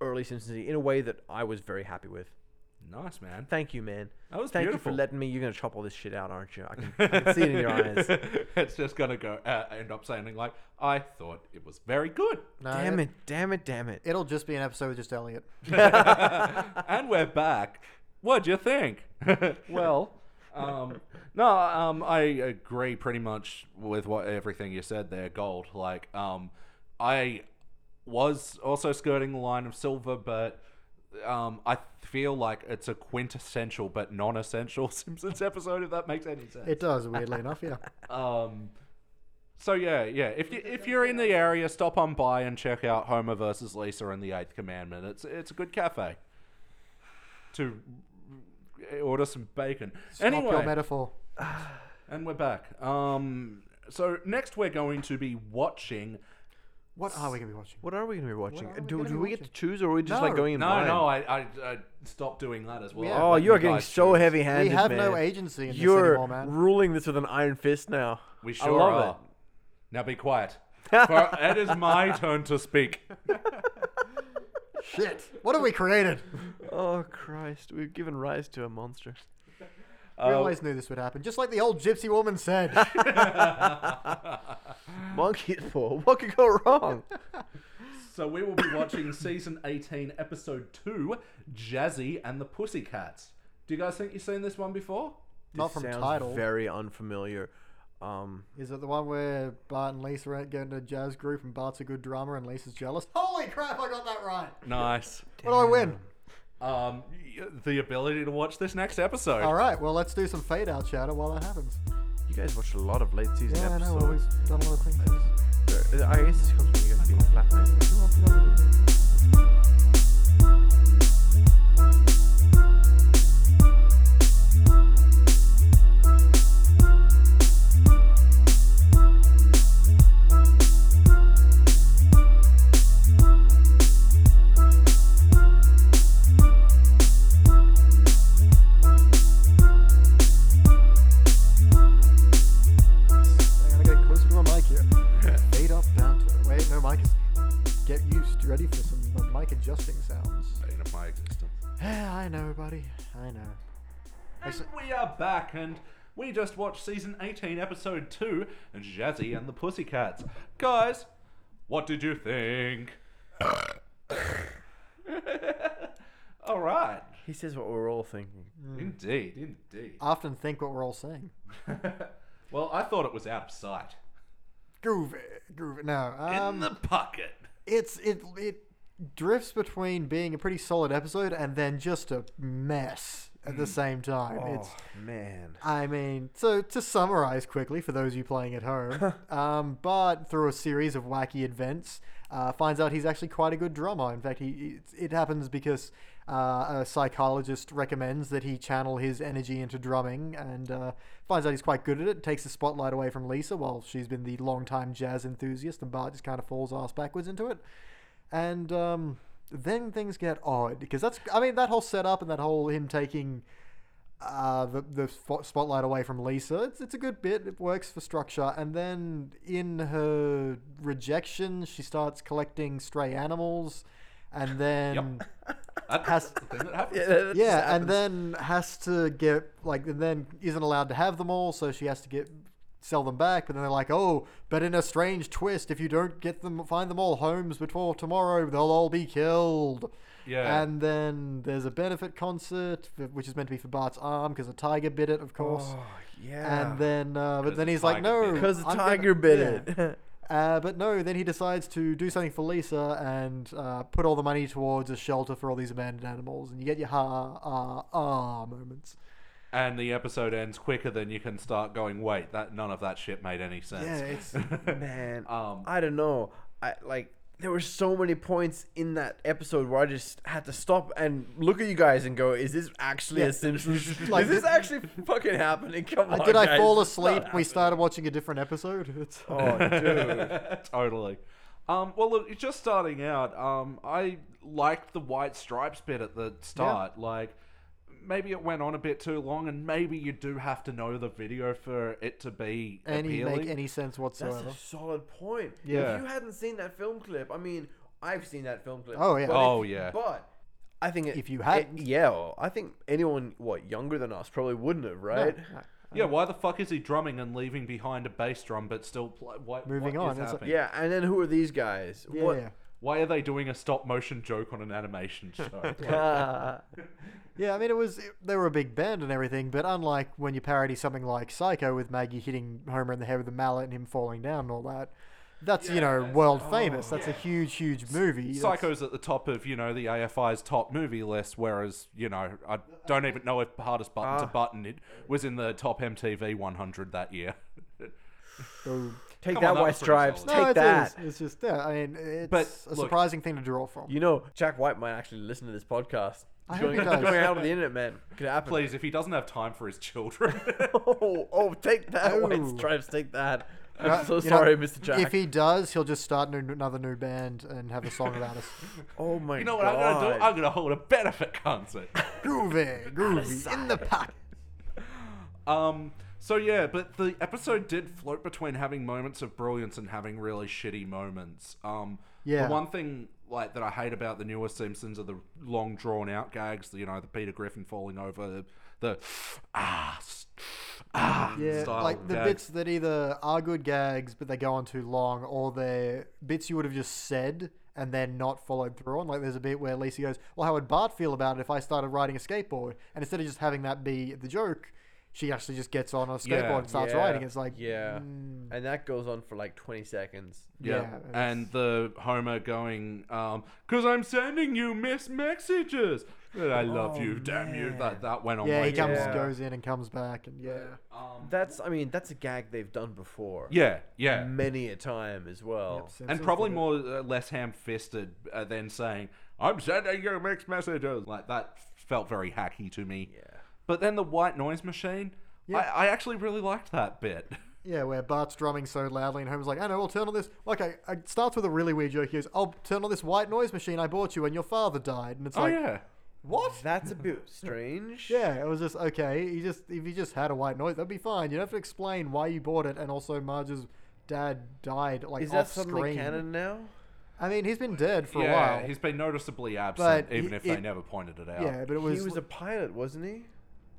early Simpsonsy in a way that I was very happy with.
nice, man.
Thank you, man.
That was
Thank
beautiful.
you for letting me. You're gonna chop all this shit out, aren't you? I can, I can see it in your eyes.
Uh,
it's just gonna go uh, end up sounding like I thought it was very good.
No,
Damn it! Damn it! Damn it!
It'll just be an episode with just Elliot.
and we're back. What'd you think? well, um, no, um, I agree pretty much with what everything you said there. Gold, like, um, I was also skirting the line of silver, but um, I feel like it's a quintessential but non-essential Simpsons episode. If that makes any sense.
It does, weirdly enough, yeah.
Um, so yeah, yeah. If you if you're in the area, stop on by and check out Homer versus Lisa and the Eighth Commandment. It's it's a good cafe. To order some bacon.
Stop
anyway,
your metaphor.
and we're back. Um, so next we're going to be watching.
What are we going to be watching?
What are we gonna be watching? Uh,
What are we
do
gonna
do
be
we get to
watching?
choose, or are we just like
No.
going in
No,
blind?
no, I, I I stopped doing that as well.
Yeah.
Oh,
Let
you are
you
getting
guys
so
choose.
heavy-handed.
We have
man.
no agency in this
You're
anymore, man.
ruling this with an iron fist now.
We
I
sure
love
are. Now be quiet. For it is my turn to speak.
Shit. What have we created?
it. Oh Christ! We've given rise to a monster. Uh,
we always knew this would happen. Just like the old gypsy woman said.
Monkey's paw. What could go wrong?
So we will be watching season 18, episode 2, Jazzy and the Pussycats. Do you guys think you've seen this one before?
Not
This
from
sounds
title.
Very unfamiliar. Um,
Is it the one where Bart and Lisa are getting a jazz group and Bart's a good drummer and Lisa's jealous? Holy crap, I got that right.
Nice.
What do I win?
Um, y- the ability to watch this next episode.
All right, well, let's do some fade out chatter while that happens.
you guys watch a lot of late season
Yeah, I know.
episodes.
We've done a lot of things.
I, guess this comes from you guys being flatmates.
I gotta get closer to my mic here. Fade up, down to it. Wait, no, mic is. Get used, ready for some uh, mic adjusting sounds.
Saying of my existence.
Yeah, I know, buddy. I know.
And we are back, and we just watched season 18, episode 2, Jazzy and the Pussycats. Guys, what did you think? all right.
He says what we're all thinking.
Mm.
Indeed, indeed.
Often think what we're all saying.
Well, I thought it was out of sight.
Groovy, groovy. No, um,
In the pocket.
it's it it drifts between being a pretty solid episode and then just a mess at
Mm.
the same time.
Oh.
It's
Oh, man.
I mean, so to summarize quickly for those of you playing at home, um, Bart, through a series of wacky events, uh, finds out he's actually quite a good drummer. In fact, he, he it happens because uh, a psychologist recommends that he channel his energy into drumming and uh, finds out he's quite good at it. Takes the spotlight away from Lisa while she's been the longtime jazz enthusiast, and Bart just kind of falls ass backwards into it. And um, then things get odd because that's, I mean, that whole setup and that whole him taking uh, the, the spo- spotlight away from Lisa. It's, it's a good bit. It works for structure. And then in her rejection, she starts collecting stray animals. And then,
That,
Has-
that's the thing that happens.
Yeah, that just
yeah, and
happens.
then has to get, like, and then isn't allowed to have them all, so she has to get sell them back. But then they're like, oh, but in a strange twist, if you don't get them, find them all homes before tomorrow, they'll all be killed.
Yeah.
And then there's a benefit concert, which is meant to be for Bart's arm because a tiger bit it, of course.
Oh, yeah.
And then, uh,
'Cause
but then
the
he's like,
tiger bit
no,
it.
because the
I'm gonna-
tiger bit
yeah."
it.
Uh, but no, then he decides to do something for Lisa and uh, put all the money towards a shelter for all these abandoned animals, and you get your ha ah ah moments.
And the episode ends quicker than you can start going. Wait, that none of that shit made any sense.
Yeah, it's
Man,
Um,
I don't know. I like there were so many points in that episode where I just had to stop and look at you guys and go, "Is this actually
Yeah.
a Simpsons?
Like,
Is this
did-
actually fucking happening? Come on,
did I
guys,
fall
Oh, it's
asleep?
not
We
happening."
started watching a different episode. It's
Oh, dude.
totally. Um, well, look, it's just starting out, um, I liked the white stripes bit at the start. Like, maybe it went on a bit too long, and maybe you do have to know the video for it to be
any
appealing.
make any sense
That's
whatsoever?
a solid point.
Yeah.
If you hadn't seen that film clip, I mean, I've seen that film clip.
Oh, yeah.
but if-
Oh, yeah.
But I think it,
If you
it-
hadn't.
yeah, well, I think anyone what younger than us probably wouldn't have, right?
yeah, why the fuck is he drumming and leaving behind a bass drum, but still pl- why,
Moving
what
on,
is
it's like-
happening?
Yeah, and then who are these guys?
yeah,
What-
Why are they doing a stop motion joke on an animation show?
Ah.
yeah. I mean, it was it, they were a big band and everything, but unlike when you parody something like Psycho with Maggie hitting Homer in the head with a mallet and him falling down and all that. That's you know world
Oh,
famous. That's a huge, huge movie. That's-
Psycho's at the top of, you know, the AFI's top movie list, whereas, you know, I don't even know if Hardest Button
Ah.
to Button it was in the top MTV 100 that year.
So-
Take
Come
that,
on, that
White
was pretty
Stripes.
solid.
Take
it
that.
is. It's just that. I mean, it's
But,
a
look-
surprising thing to draw from.
You know, Jack White might actually listen to this podcast.
I hope
It's going,
he
it's
does.
going out on the internet, man. Could happen.
Please, if he doesn't have time for his children.
Oh, oh, take that, White
Oh.
Stripes. Take that. I'm
Uh,
so
you know,
sorry, Mr. Jack.
If he does, he'll just start new, another new band and have a song about us.
oh my god.
you know what I'm going to do? I'm going to hold a benefit concert.
groovy, groovy, in the pocket.
Um, so yeah, but the episode did float between having moments of brilliance and having really shitty moments. Um,
Yeah.
The one thing like that I hate about the newer Simpsons are the long drawn out gags. You know, the Peter Griffin falling over, the ah s- ah
Yeah,
style
like the
gags.
bits that either are good gags but they go on too long, or they're bits you would have just said and then not followed through on. Like there's a bit where Lisa goes, "Well, how would Bart feel about it if I started riding a skateboard?" And instead of just having that be the joke, she actually just gets on a skateboard
Yeah,
and starts
Yeah,
riding. It's like,
yeah,
mm,
and that goes on for like 20 seconds.
Yeah,
Yeah,
and the Homer going, um, "Cause I'm sending you miss messages that I love
Oh,
you, damn you."
man.
That that went on.
Yeah,
way
he
too
comes,
long.
goes in, and comes back, and yeah.
Um,
That's, I mean, that's a gag they've done before.
yeah, yeah.
Many a time as well.
and probably more uh, less ham-fisted uh, than saying i'm sending you mixed messages like that felt very hacky to me
Yeah.
but then the white noise machine
Yeah.
I, I actually really liked that bit
Yeah, where Bart's drumming so loudly, and Homer's like, "I know, I'll turn on this." Like, I, I it starts with a really weird joke. He goes, "I'll turn on this white noise machine I bought you when your father died," and it's
oh
like,
yeah
"What?"
That's a bit strange.
Yeah, it was just okay. He just if he just had a white noise, that'd be fine. You'd have to explain why you bought it, and also Marge's dad died like
Is that
off
suddenly
screen.
canon now?
I mean, he's been dead for
yeah
a while.
he's been noticeably absent
But
even
he-
if they
it-
never pointed it out
yeah, but it was,
he was a pilot, wasn't he?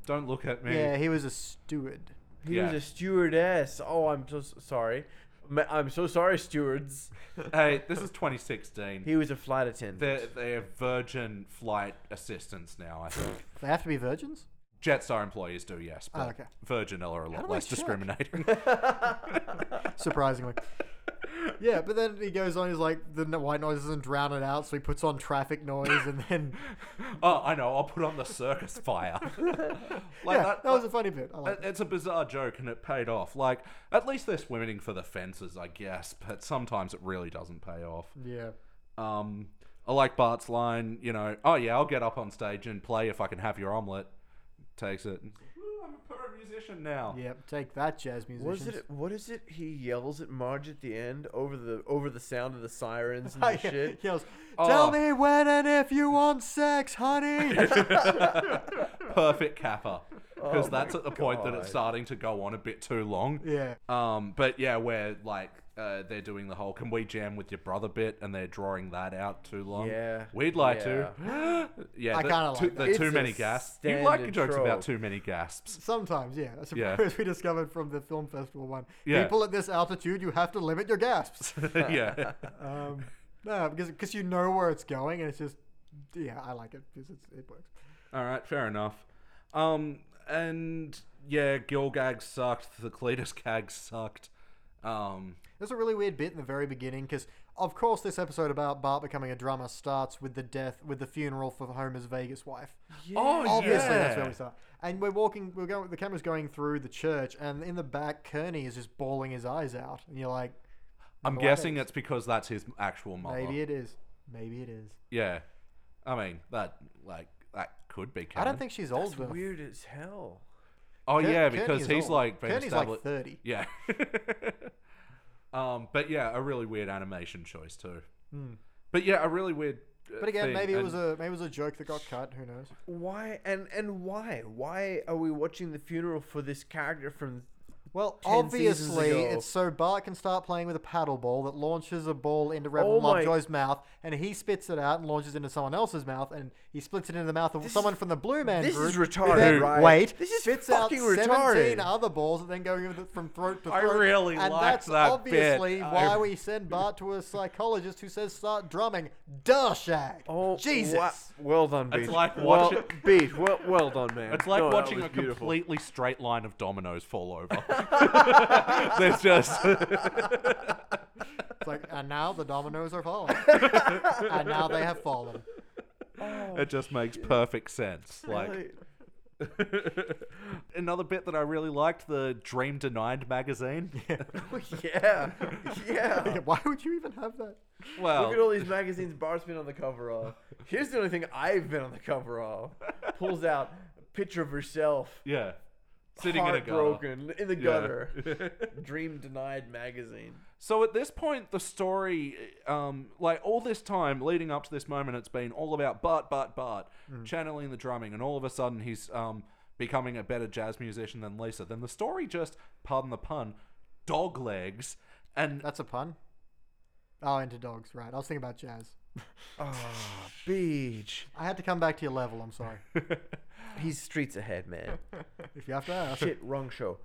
don't look at me
yeah, he was a steward.
He
Yeah.
was a stewardess. Oh, I'm so s- sorry. Ma- I'm so sorry, stewards.
hey this is 2016
He was a flight attendant.
they're, they're virgin flight assistants now i think
They have to be virgins.
jetstar employees do yes but
Oh, okay.
virgin are a
How
lot
do I
less
check?
discriminating
surprisingly. yeah, but then he goes on. He's like, the n- white noise doesn't drown it out, so he puts on traffic noise, and then
Oh, I know. I'll put on the circus fire. like
yeah, that, was a
like-
funny bit. I like
it- It's a bizarre joke, and it paid off. Like, at least they're swimming for the fences, I guess. But sometimes it really doesn't pay off.
it. Yeah,
Um, I like Bart's line. You know, oh yeah, I'll get up on stage and play if I can have your omelet. takes it. and, "Ooh, I'm a pro musician now.
Yep, take that, jazz musician.
Was it what is it? He yells at Marge at the end over the over the sound of the sirens and
I
the shit.
yells,
Oh.
Tell me when and if you want sex, honey.
Perfect kappa.
Oh
Because that's at the point that
God.
it's starting to go on a bit too long.
yeah.
Um, but yeah, where like uh, they're doing the whole "Can we jam with your brother?" bit, and they're drawing that out too long.
Yeah.
we'd like to. yeah,
I
the-
kinda
too-
like
the
that.
too
It's
many
a
gasps. You like your
standard
jokes about
trope.
too many gasps.
Sometimes, yeah. That's a
Yeah.
phrase we discovered from the film festival one.
Yeah.
People at this altitude, you have to limit your gasps.
yeah,
um, no, because cause you know where it's going, and it's just, yeah, I like it because it's, it works.
All right, fair enough. Um, and yeah, Gilgag sucked. The Cletus gag sucked. Um,
There's a really weird bit in the very beginning because, of course, this episode about Bart becoming a drummer starts with the death, with the funeral for Homer's Vegas wife.
Oh
Obviously,
yeah.
that's where we start. And we're walking, we're going, the camera's going through the church, and in the back, Kearney is just bawling his eyes out. And you're like,
I'm
Wonder why
guessing
that
it's because that's his actual mother.
maybe it is. Maybe it is.
Yeah, I mean that like that could be.
I
Canon.
don't think she's old
It's
enough.
weird as hell.
Oh
Kear-
yeah,
Kearney
because
is
he's
old.
like been
Kearney's like
established.
30.
yeah. um, but yeah, a really weird animation choice too.
Hmm.
But yeah, a really weird. uh,
But again,
thing,
maybe it
and-
was a maybe it was a joke that got cut. Who knows?
Why and and why? Why are we watching the funeral for this character from
Well,
10 seasons
obviously,
ago.
it's so Bart can start playing with a paddle ball that launches a ball into
Oh
Reverend
my-
Lovejoy's mouth, and he spits it out and launches it into someone else's mouth, and he splits it into the mouth of someone from the Blue Man
this
group.
is
who
retarded,
then-
right?
Wait,
This is
spits
fucking
out 17
retarded.
other balls that then go over the- from throat to
I
throat.
really
and
liked
that's
that
obviously
bit. I-
why we send Bart to a psychologist who says start drumming. Duh, Shag.
Oh
Jesus.
wa- well done, Beach.
It's like
well,
watching-
Beach. Well, well done, man.
It's like
No, that
watching
was
a
beautiful.
completely straight line of dominoes fall over. There's just
It's like, and now the dominoes are falling. and now they have fallen.
it just makes perfect sense. Like
Oh, Really?
another bit that I really liked, the Dream Denied magazine.
yeah, yeah.
Why would you even have that?
Well,
Look at all these magazines Bart's been on the cover of. Here's the only thing I've been on the cover of. Pulls out a picture of herself,
yeah, sitting in a gutter.
heartbroken in the
Yeah.
gutter. Dream denied magazine.
So at this point, the story, um, like all this time leading up to this moment, it's been all about Bart, Bart, Bart, channeling the drumming, and all of a sudden he's um, becoming a better jazz musician than Lisa. Then the story just, pardon the pun, dog legs, and
That's a pun. Oh, into dogs, right. I was thinking about jazz.
Beach.
I had to come back to your level, I'm sorry.
He's streets ahead, man.
If you have to ask.
Shit, wrong show.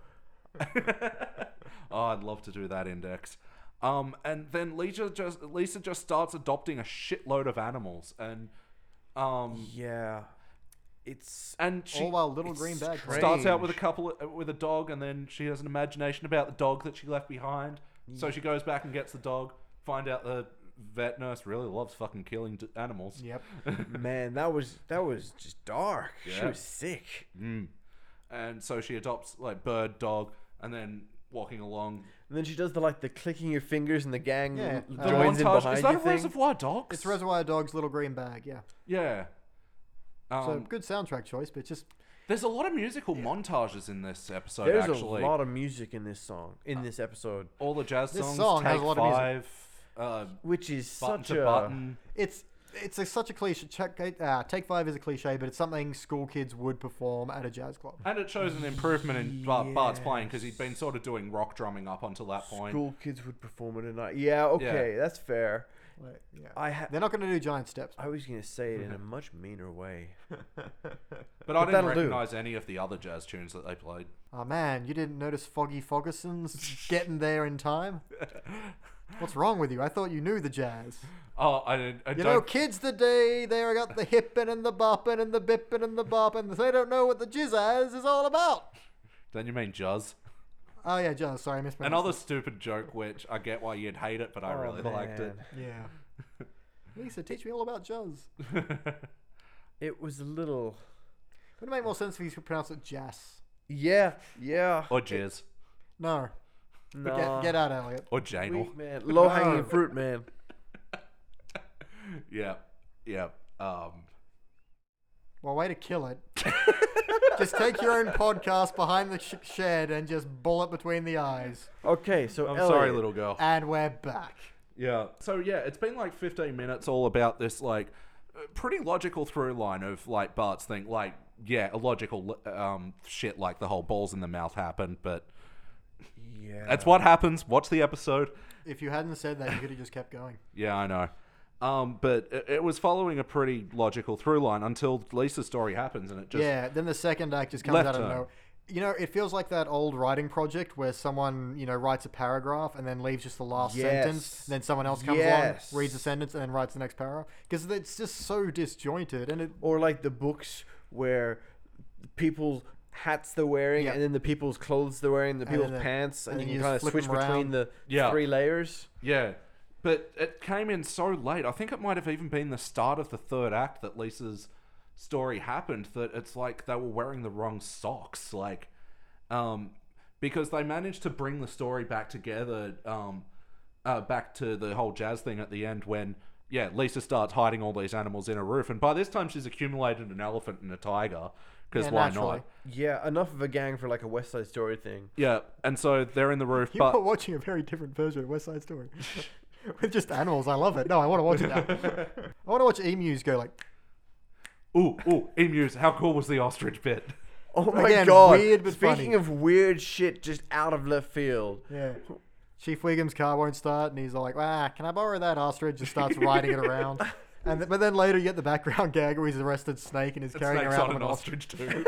oh, I'd love to do that index. Um, and then Lisa just Lisa just starts adopting a shitload of animals, and um,
Yeah. It's
and she
All while little
it's
green bag.
strange.
starts out with a couple with a dog and then she has an imagination about the dog that she left behind so she goes back and gets the dog find out the vet nurse really loves fucking killing d- animals
Yep.
man, that was that was just dark. She
Yeah.
was sick.
mm. and so she adopts like bird dog and then walking along
And then she does the like the clicking your fingers and the gang
Yeah.
l-
The
joins in
montage
behind
is that
you
a
thing.
reservoir dogs
It's Reservoir Dogs, Little Green Bag, yeah.
yeah um,
So good soundtrack choice, but just
there's a lot of musical montages in this episode
There's
actually Uh,
a lot of music in this song, in this episode,
all the jazz
This
songs
song
take
has a lot of music.
five uh,
which is
button
such
to
a
button
it's it's a, such a cliche. Check, uh, take five is a cliche, but it's something school kids would perform at a jazz club.
And it shows an improvement in Bar- Bart's playing because he'd been sort of doing rock drumming up until that point.
school kids would perform it at night. Yeah, okay, that's fair.
Like, yeah.
I ha-
They're not going to do giant steps.
I was gonna say it in a much meaner way.
But I didn't
that'll do.
recognize any of the other jazz tunes that they played.
Oh man, you didn't notice Foggy Fogerson's getting there in time? What's wrong with you? I thought you knew the jazz.
Oh, I, didn't- I
You know,
don't.
kids today, they are got the hippin' and the boppin' and the bippin' and the boppin'. They don't know what the jizzazz is all about.
Then you mean jazz?
Oh, yeah, jazz. Sorry, I mispronounced.
Another stupid joke, which I get why you'd hate it, but I
Oh,
really liked it.
man.
Yeah. Lisa, teach me all about jazz.
It was a little.
Would it make more sense if you could pronounce it jazz?
Yeah, yeah.
Or jizz.
No.
Nah.
Get, get out, Elliot.
Or janal.
Weak, man. Low hanging
No.
fruit, man.
Yeah. Yeah. Um,
Well, way to kill it. just take your own podcast behind the sh- shed and just bullet between the eyes.
Okay, so
I'm sorry,
Elliot,
little girl.
And we're back.
Yeah. So yeah, it's been like 15 minutes all about this like uh, pretty logical through line of like Bart's thing, like yeah, illogical um shit like the whole balls in the mouth happened, but
Yeah.
that's what happens. Watch the episode.
If you hadn't said that, you could have just kept going.
Yeah, I know. Um, but it, it was following a pretty logical through line until Lisa's story happens, and it just
yeah, then the second act just comes
Left
out of
turn.
nowhere. You know, it feels like that old writing project where someone, you know, writes a paragraph and then leaves just the last sentence,
Yes.
and then someone else comes
Yes.
along, reads the sentence, and then writes the next paragraph. Because it's just so disjointed, and it
or like the books where people's hats they're wearing
Yeah.
and then the people's clothes they're wearing the
And then
people's
the-
pants and,
and
you
you
can
just
kind of
flip
switch
'em
between
around.
the
Yeah.
three layers
Yeah. But it came in so late. I think it might have even been the start of the third act that Lisa's story happened that it's like they were wearing the wrong socks. Like, um, because they managed to bring the story back together, um, uh, back to the whole jazz thing at the end when, yeah, Lisa starts hiding all these animals in a roof. And by this time, she's accumulated an elephant and a tiger. Because
Yeah,
why
naturally.
not?
yeah enough of a gang for like a west side story thing
Yeah. And so they're in the roof.
you
but
are watching a very different version of West Side Story with just animals. I love it. No, I want to watch it now. I want to watch emus go like.
ooh, ooh, emus, how cool was the ostrich bit?
oh my
Again,
god
weird but
speaking
funny.
of weird shit just out of left field
Yeah. Chief Wiggum's car won't start, and he's like, ah, can I borrow that ostrich? And starts riding it around. And th- but then later you get the background gag where he's arrested Snake and is carrying
Snakes on
around
an
an ostrich.
ostrich, too.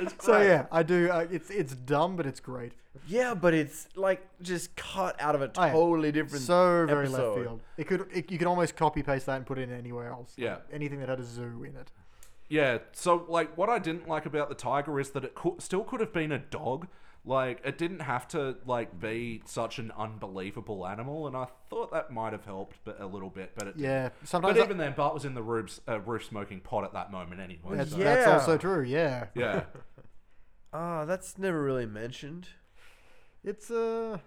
It's
So
great.
yeah, I do. Uh, it's it's dumb, but it's great.
yeah but it's like just cut out of a
Oh, yeah.
totally different
So very
episode.
left field. It could it, you could almost copy paste that and put it in anywhere else.
Yeah.
Anything that had a zoo in it.
Yeah. So like, what I didn't like about the tiger is that it cou- still could have been a dog. Like, it didn't have to like be such an unbelievable animal, and I thought that might have helped, but a little bit. But it didn't.
Yeah. Sometimes
But
that-
even then, Bart was in the roof, uh, roof smoking pot at that moment anyway.
that's,
so-
Yeah.
that's also true. Yeah.
yeah.
ah that's never really mentioned
It's uh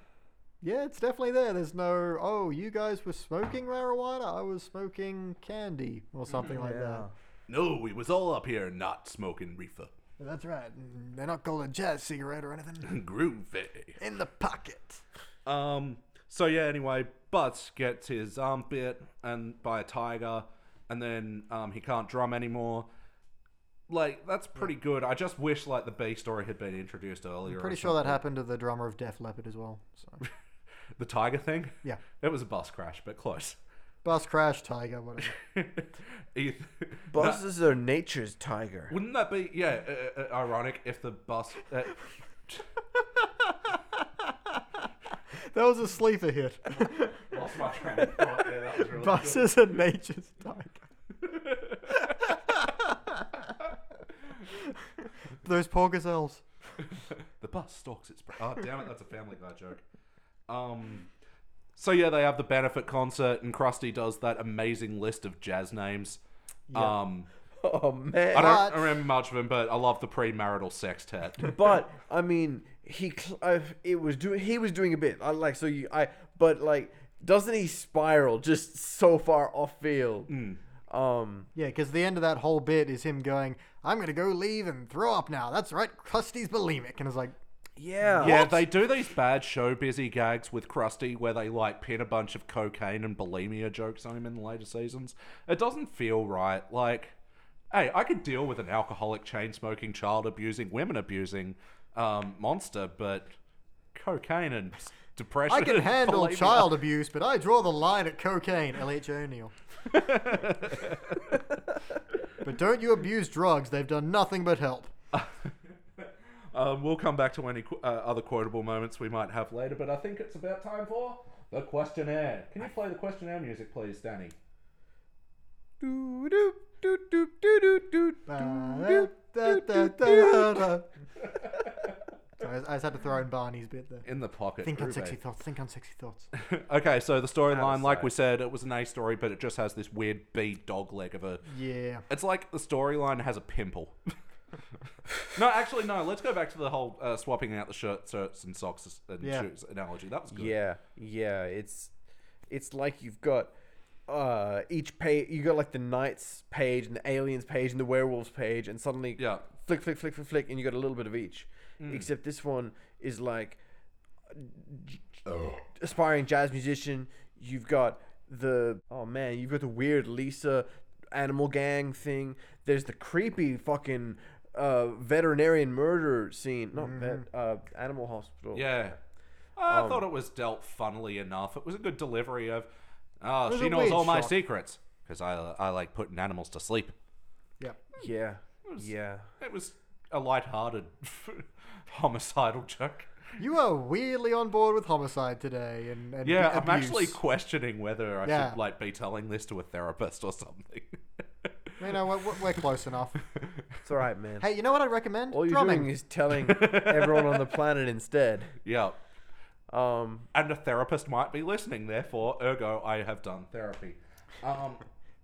yeah, it's definitely there. There's no oh, you guys were smoking marijuana, I was smoking candy or something like that.
No, we was all up here not smoking reefer.
That's right. Mm, They're not called a jazz cigarette or anything.
Groovy.
In the pocket.
Um. So yeah. Anyway, Butts gets his arm bit and by a tiger, and then um, he can't drum anymore. Like that's pretty good. I just wish like the B story had been introduced earlier.
Pretty sure that happened to the drummer of Def Leppard as well. So
the tiger thing.
yeah.
It was a bus crash, but close.
Bus crash, tiger, whatever.
Eth- that-
bosses are nature's tiger
wouldn't that be yeah uh, uh, ironic if the bus? Uh,
that was a sleeper hit.
lost my train of thought there, that was really good.
Buses and nature's tiger. Those poor gazelles.
The bus stalks its. Oh damn it! That's a Family Guy joke. Um, so yeah, they have the benefit concert, and Krusty does that amazing list of jazz names.
Yeah.
Um,
oh man
I
But-
don't remember much of them, but I love the premarital sextet.
But I mean, he cl- I, it was doing he was doing a bit. I like so you I but like doesn't he spiral just so far off field?
Hmm.
Um,
Yeah, because the end of that whole bit is him going, "I'm gonna go leave and throw up now." That's right, Krusty's bulimic, and it's like,
yeah,
yeah, they do these bad show busy gags with Krusty where they like pin a bunch of cocaine and bulimia jokes on him in the later seasons. It doesn't feel right. Like, hey, I could deal with an alcoholic, chain smoking, child abusing, women abusing um, monster, but cocaine and s- depression.
"I can
and
handle
bulimia-
child abuse, but I draw the line at cocaine." Elliot J. O'Neill. but don't you abuse drugs? They've done nothing but help.
Um, we'll come back to any qu- uh, other quotable moments we might have later, but I think it's about time for the questionnaire. Can you play the questionnaire music, please, Danny?
Doo doo doo doo doo doo doo.
Uh, Sorry, I I just had to throw in Barney's bit there.
In the pocket.
Think on
Groove, eh?
sexy thoughts. Think on sexy thoughts.
okay, so the storyline,
of
like we
sight.
said, it was an A story, but it just has this weird B dog leg of a.
Yeah.
It's like the storyline has a pimple. no, actually, no. Let's go back to the whole uh, swapping out the shirt, shirts and socks and
Yeah.
shoes analogy. That was good.
yeah, yeah. It's it's like you've got uh, each page you got like the knights page and the aliens page and the werewolves page, and suddenly
Yeah. Mm.
flick, flick, flick, flick, flick, and you got a little bit of each. Except this one is like
Oh.
aspiring jazz musician. You've got the oh man, you've got the weird Lisa animal gang thing. There's the creepy fucking uh, veterinarian murder scene. Not vet, uh, animal hospital.
Mm-hmm. Yeah. I
Um,
thought it was dealt funnily enough. It was a good delivery of, oh,
was
she
a
knows
weird
all my
shot.
secrets because I, I like putting animals to sleep.
Yeah.
yeah, yeah.
It was a light-hearted homicidal joke.
You are weirdly on board with homicide today, and, and
Yeah,
abuse.
I'm actually questioning whether I
Yeah.
should like be telling this to a therapist or something.
You know, we're, we're- we're close enough.
It's all right, man.
Hey, you know what I recommend?
All you're
Drumming.
doing is telling everyone on the planet instead.
yeah.
Um,
And a therapist might be listening, therefore, ergo, I have done therapy. Um,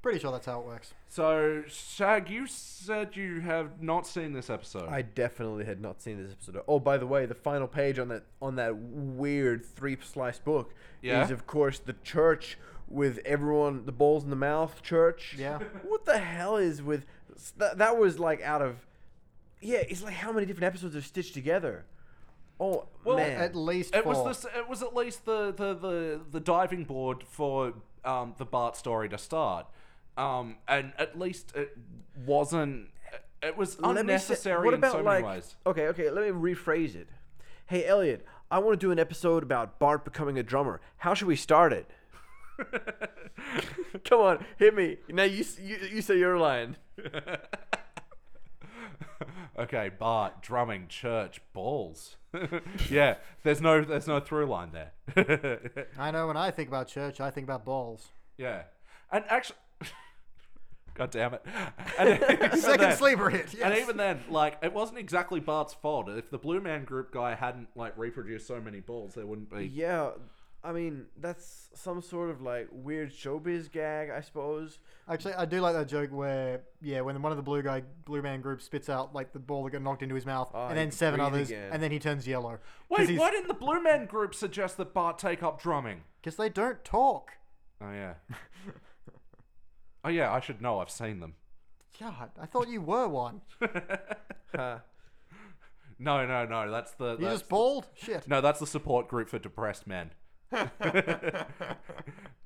Pretty sure that's how it works.
so, Shag, you said you have not seen this episode.
I definitely had not seen this episode. Oh, by the way, the final page on that on that weird three slice book
Yeah?
is, of course, the church with everyone the balls in the mouth church.
Yeah.
What the hell is with that? That was like out of yeah. It's like how many different episodes are stitched together. Oh man,
At least
It
four.
was this. It was at least the the the, the diving board for um, the Bart story to start, um, and at least it wasn't. It was
Let me say-
unnecessary
what
in
about
so
like,
many ways.
Okay, okay. Let me rephrase it. Hey, Elliot, I want to do an episode about Bart becoming a drummer. How should we start it? Come on, hit me. Now you s- you, you say your line.
okay, Bart drumming church balls. yeah, there's no there's no through line there.
I know when I think about church, I think about balls.
yeah, and actually, god damn it. And even
Second
then-
sleeper hit. Yes.
And even then, like, it wasn't exactly Bart's fault. If the Blue Man Group guy hadn't, like, reproduced so many balls, there wouldn't be.
Yeah, I mean that's some sort of like weird showbiz gag, I suppose.
Actually, I do like that joke where, yeah, when one of the blue guy, blue man group spits out like the ball that got knocked into his mouth,
Oh,
and
he
then
can
seven
breathe
others,
again.
and then he turns yellow.
Wait,
he's-
why didn't the Blue Man Group suggest that Bart take up drumming?
Because they don't talk.
Oh, yeah. oh, yeah, I should know. I've seen them.
God, I thought you were one.
Huh.
No, no, no. That's the.
You
that's-
just bald? Shit.
No, that's the support group for depressed men.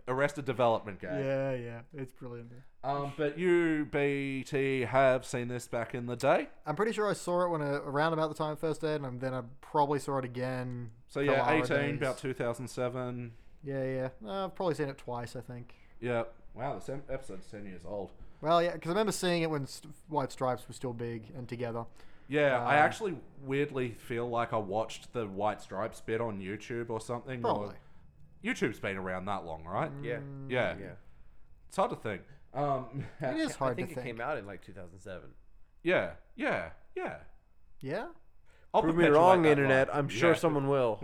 Arrested development guy.
Yeah, yeah, it's brilliant.
Um, but you, BT, have seen this back in the day.
I'm pretty sure I saw it when I, around about the time it first aired, and then I probably saw it again.
So, yeah,
couple
18,
hour days.
about 2007.
Yeah, yeah. No, I've probably seen it twice, I think.
Yeah. Wow, this em- episode's 10 years old.
Well, yeah, because I remember seeing it when St- White Stripes were still big and together.
Yeah, I
Uh.
Um,
actually weirdly feel like I watched the White Stripes bit on YouTube or something. or-
Probably.
YouTube's been around that long, right?
Yeah.
Yeah.
Mm, Yeah.
It's hard to think. Um,
It is hard
I think
to
it
think.
came out in like 2007.
yeah, yeah, yeah.
Yeah.
I'll
Prove me
perpetuate
wrong,
that
internet.
line.
I'm sure
Yeah.
someone will.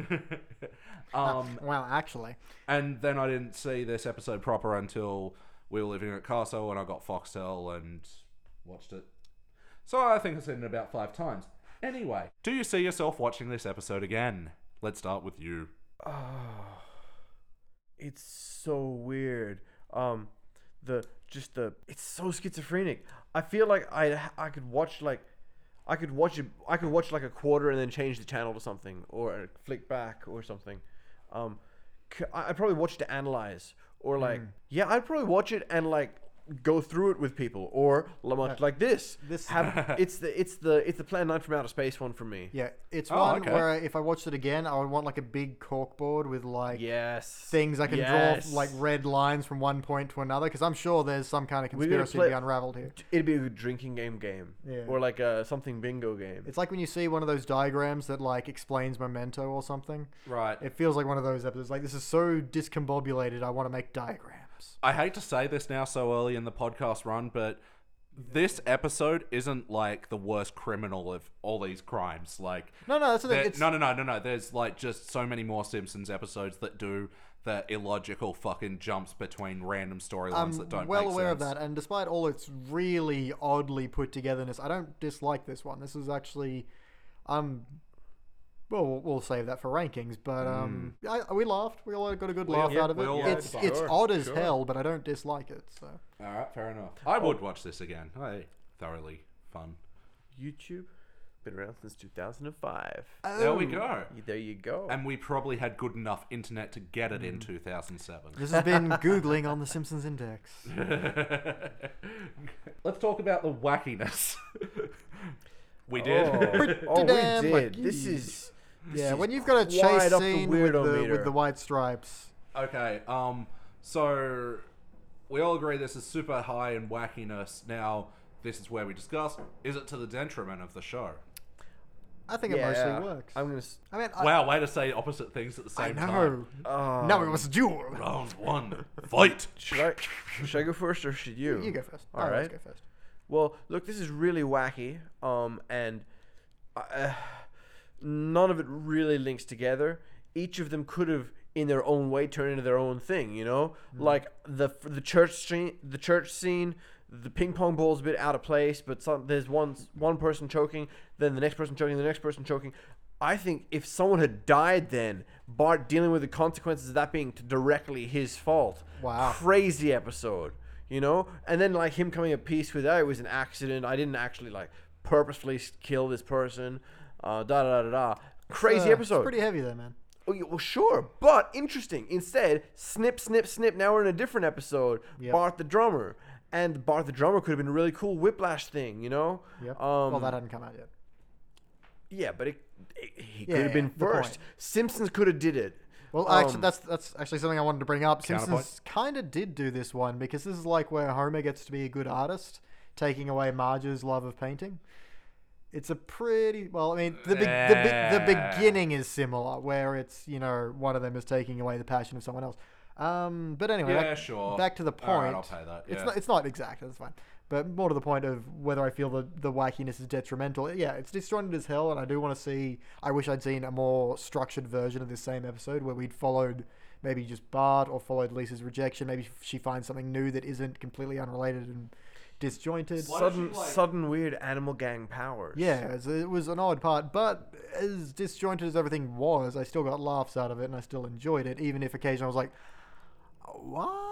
um,
Wow, actually,
and then I didn't see this episode proper until we were living at Castle and I got Foxtel and watched it. So I think I've seen it about five times. Anyway, do you see yourself watching this episode again? Let's start with you.
Oh, it's so weird. Um, the just the it's so schizophrenic. I feel like I I could watch like I could watch it. I could watch like a quarter and then change the channel to something or flick back or something. Um, c- I I'd probably watch to analyze or
Hmm.
like yeah, I'd probably watch it and like go through it with people or la- much like this.
this-
have it's the it's the it's the Plan Nine from Outer Space one for me.
yeah, it's
Oh,
one
okay.
where if I watched it again, I would want like a big corkboard with like
Yes.
things I can
Yes.
draw like red lines from one point to another, because I'm sure there's some kind of
We're gonna
conspiracy
play-
to be unraveled here.
It'd be a drinking game game,
Yeah.
or like a something bingo game.
It's like when you see one of those diagrams that like explains memento or something.
Right.
It feels like one of those episodes. Like this is so discombobulated. I want to make diagrams.
I hate to say this now so early in the podcast run, but this episode isn't like the worst criminal of all these crimes. Like,
No, no, that's the
there-
thing. It's,
no, no, no, no, no. There's like just so many more Simpsons episodes that do the illogical fucking jumps between random storylines that don't.
I'm well
make
aware
sense.
of that, and despite all its really oddly put togetherness, I don't dislike this one. This is actually, I'm um, Well, we'll- we'll save that for rankings, but um,
Hmm.
I, we laughed. We all got a good laugh
yeah,
out of
we
it.
all had
It's
fun.
it's
Sure,
odd as
sure.
hell, but I don't dislike it. So
All right, fair enough. I would watch this again. I thoroughly fun.
YouTube, been around since 2005.
There
Oh.
we go.
Y- there you go.
And we probably had good enough internet to get it
Mm.
in 2007.
Oh, this has been googling on the Simpsons Index.
Let's talk about the wackiness. we did.
Oh, oh,
Pretty damn
we did.
lucky.
This is. This
yeah,
is
when you've got a
quite
chase
up the
scene with,
weirdo
the,
meter.
with the white stripes,
okay, um, so we all agree this is super high in wackiness. Now, this is where we discuss is it to the detriment of the show?
I think it
Yeah.
mostly works.
I'm gonna. s-
I mean, I,
wow, way to say opposite things at the
I
same
know.
time.
Um,
now we must duel.
Round one, fight.
Should I? Should I go first or should you?
You go first.
All
I always
right.
go first.
Well, look, this is really wacky, um, and uh, none of it really links together. Each of them could have, in their own way, turned into their own thing. You know, like the the church scene, the church scene, the ping pong ball's a bit out of place, but some, there's one one person choking, then the next person choking, the next person choking. I think if someone had died, then Bart dealing with the consequences of that being directly his fault.
Wow.
Crazy episode you know and then like him coming at peace with that it was an accident i didn't actually like purposefully s- kill this person uh da da da da da. crazy
Uh,
episode
It's pretty heavy there, man.
oh, yeah, well sure but interesting instead snip snip snip now we're in a different episode
Yep.
bart the drummer and bart the drummer could have been a really cool whiplash thing you know
Yep.
um
well, that hadn't come out yet.
yeah but it, it,
Yeah,
he could have
yeah,
been
the point.
first simpsons could have did it
Well,
Um,
actually, that's that's actually something I wanted to bring up.
Counterpoint?
Simpsons kind of did do this one because this is like where Homer gets to be a good artist, taking away Marge's love of painting. It's a pretty well. I mean, the be- the, be- the
Yeah.
beginning is similar, where it's you know one of them is taking away the passion of someone else. Um, but anyway,
Yeah,
back,
sure.
back to the
All right,
point.
I'll pay that,
It's
yeah.
not it's not exact. That's fine. But more to the point of whether I feel the, the wackiness is detrimental. Yeah, it's disjointed as hell, and I do want to see. I wish I'd seen a more structured version of this same episode where we'd followed maybe just Bart or followed Lisa's rejection. Maybe she finds something new that isn't completely unrelated and disjointed.
Why don't
sudden
you, like-
sudden weird animal gang powers
Yeah, it's- it was an odd part, but as disjointed as everything was, I still got laughs out of it and I still enjoyed it, even if occasionally I was like,
I
what?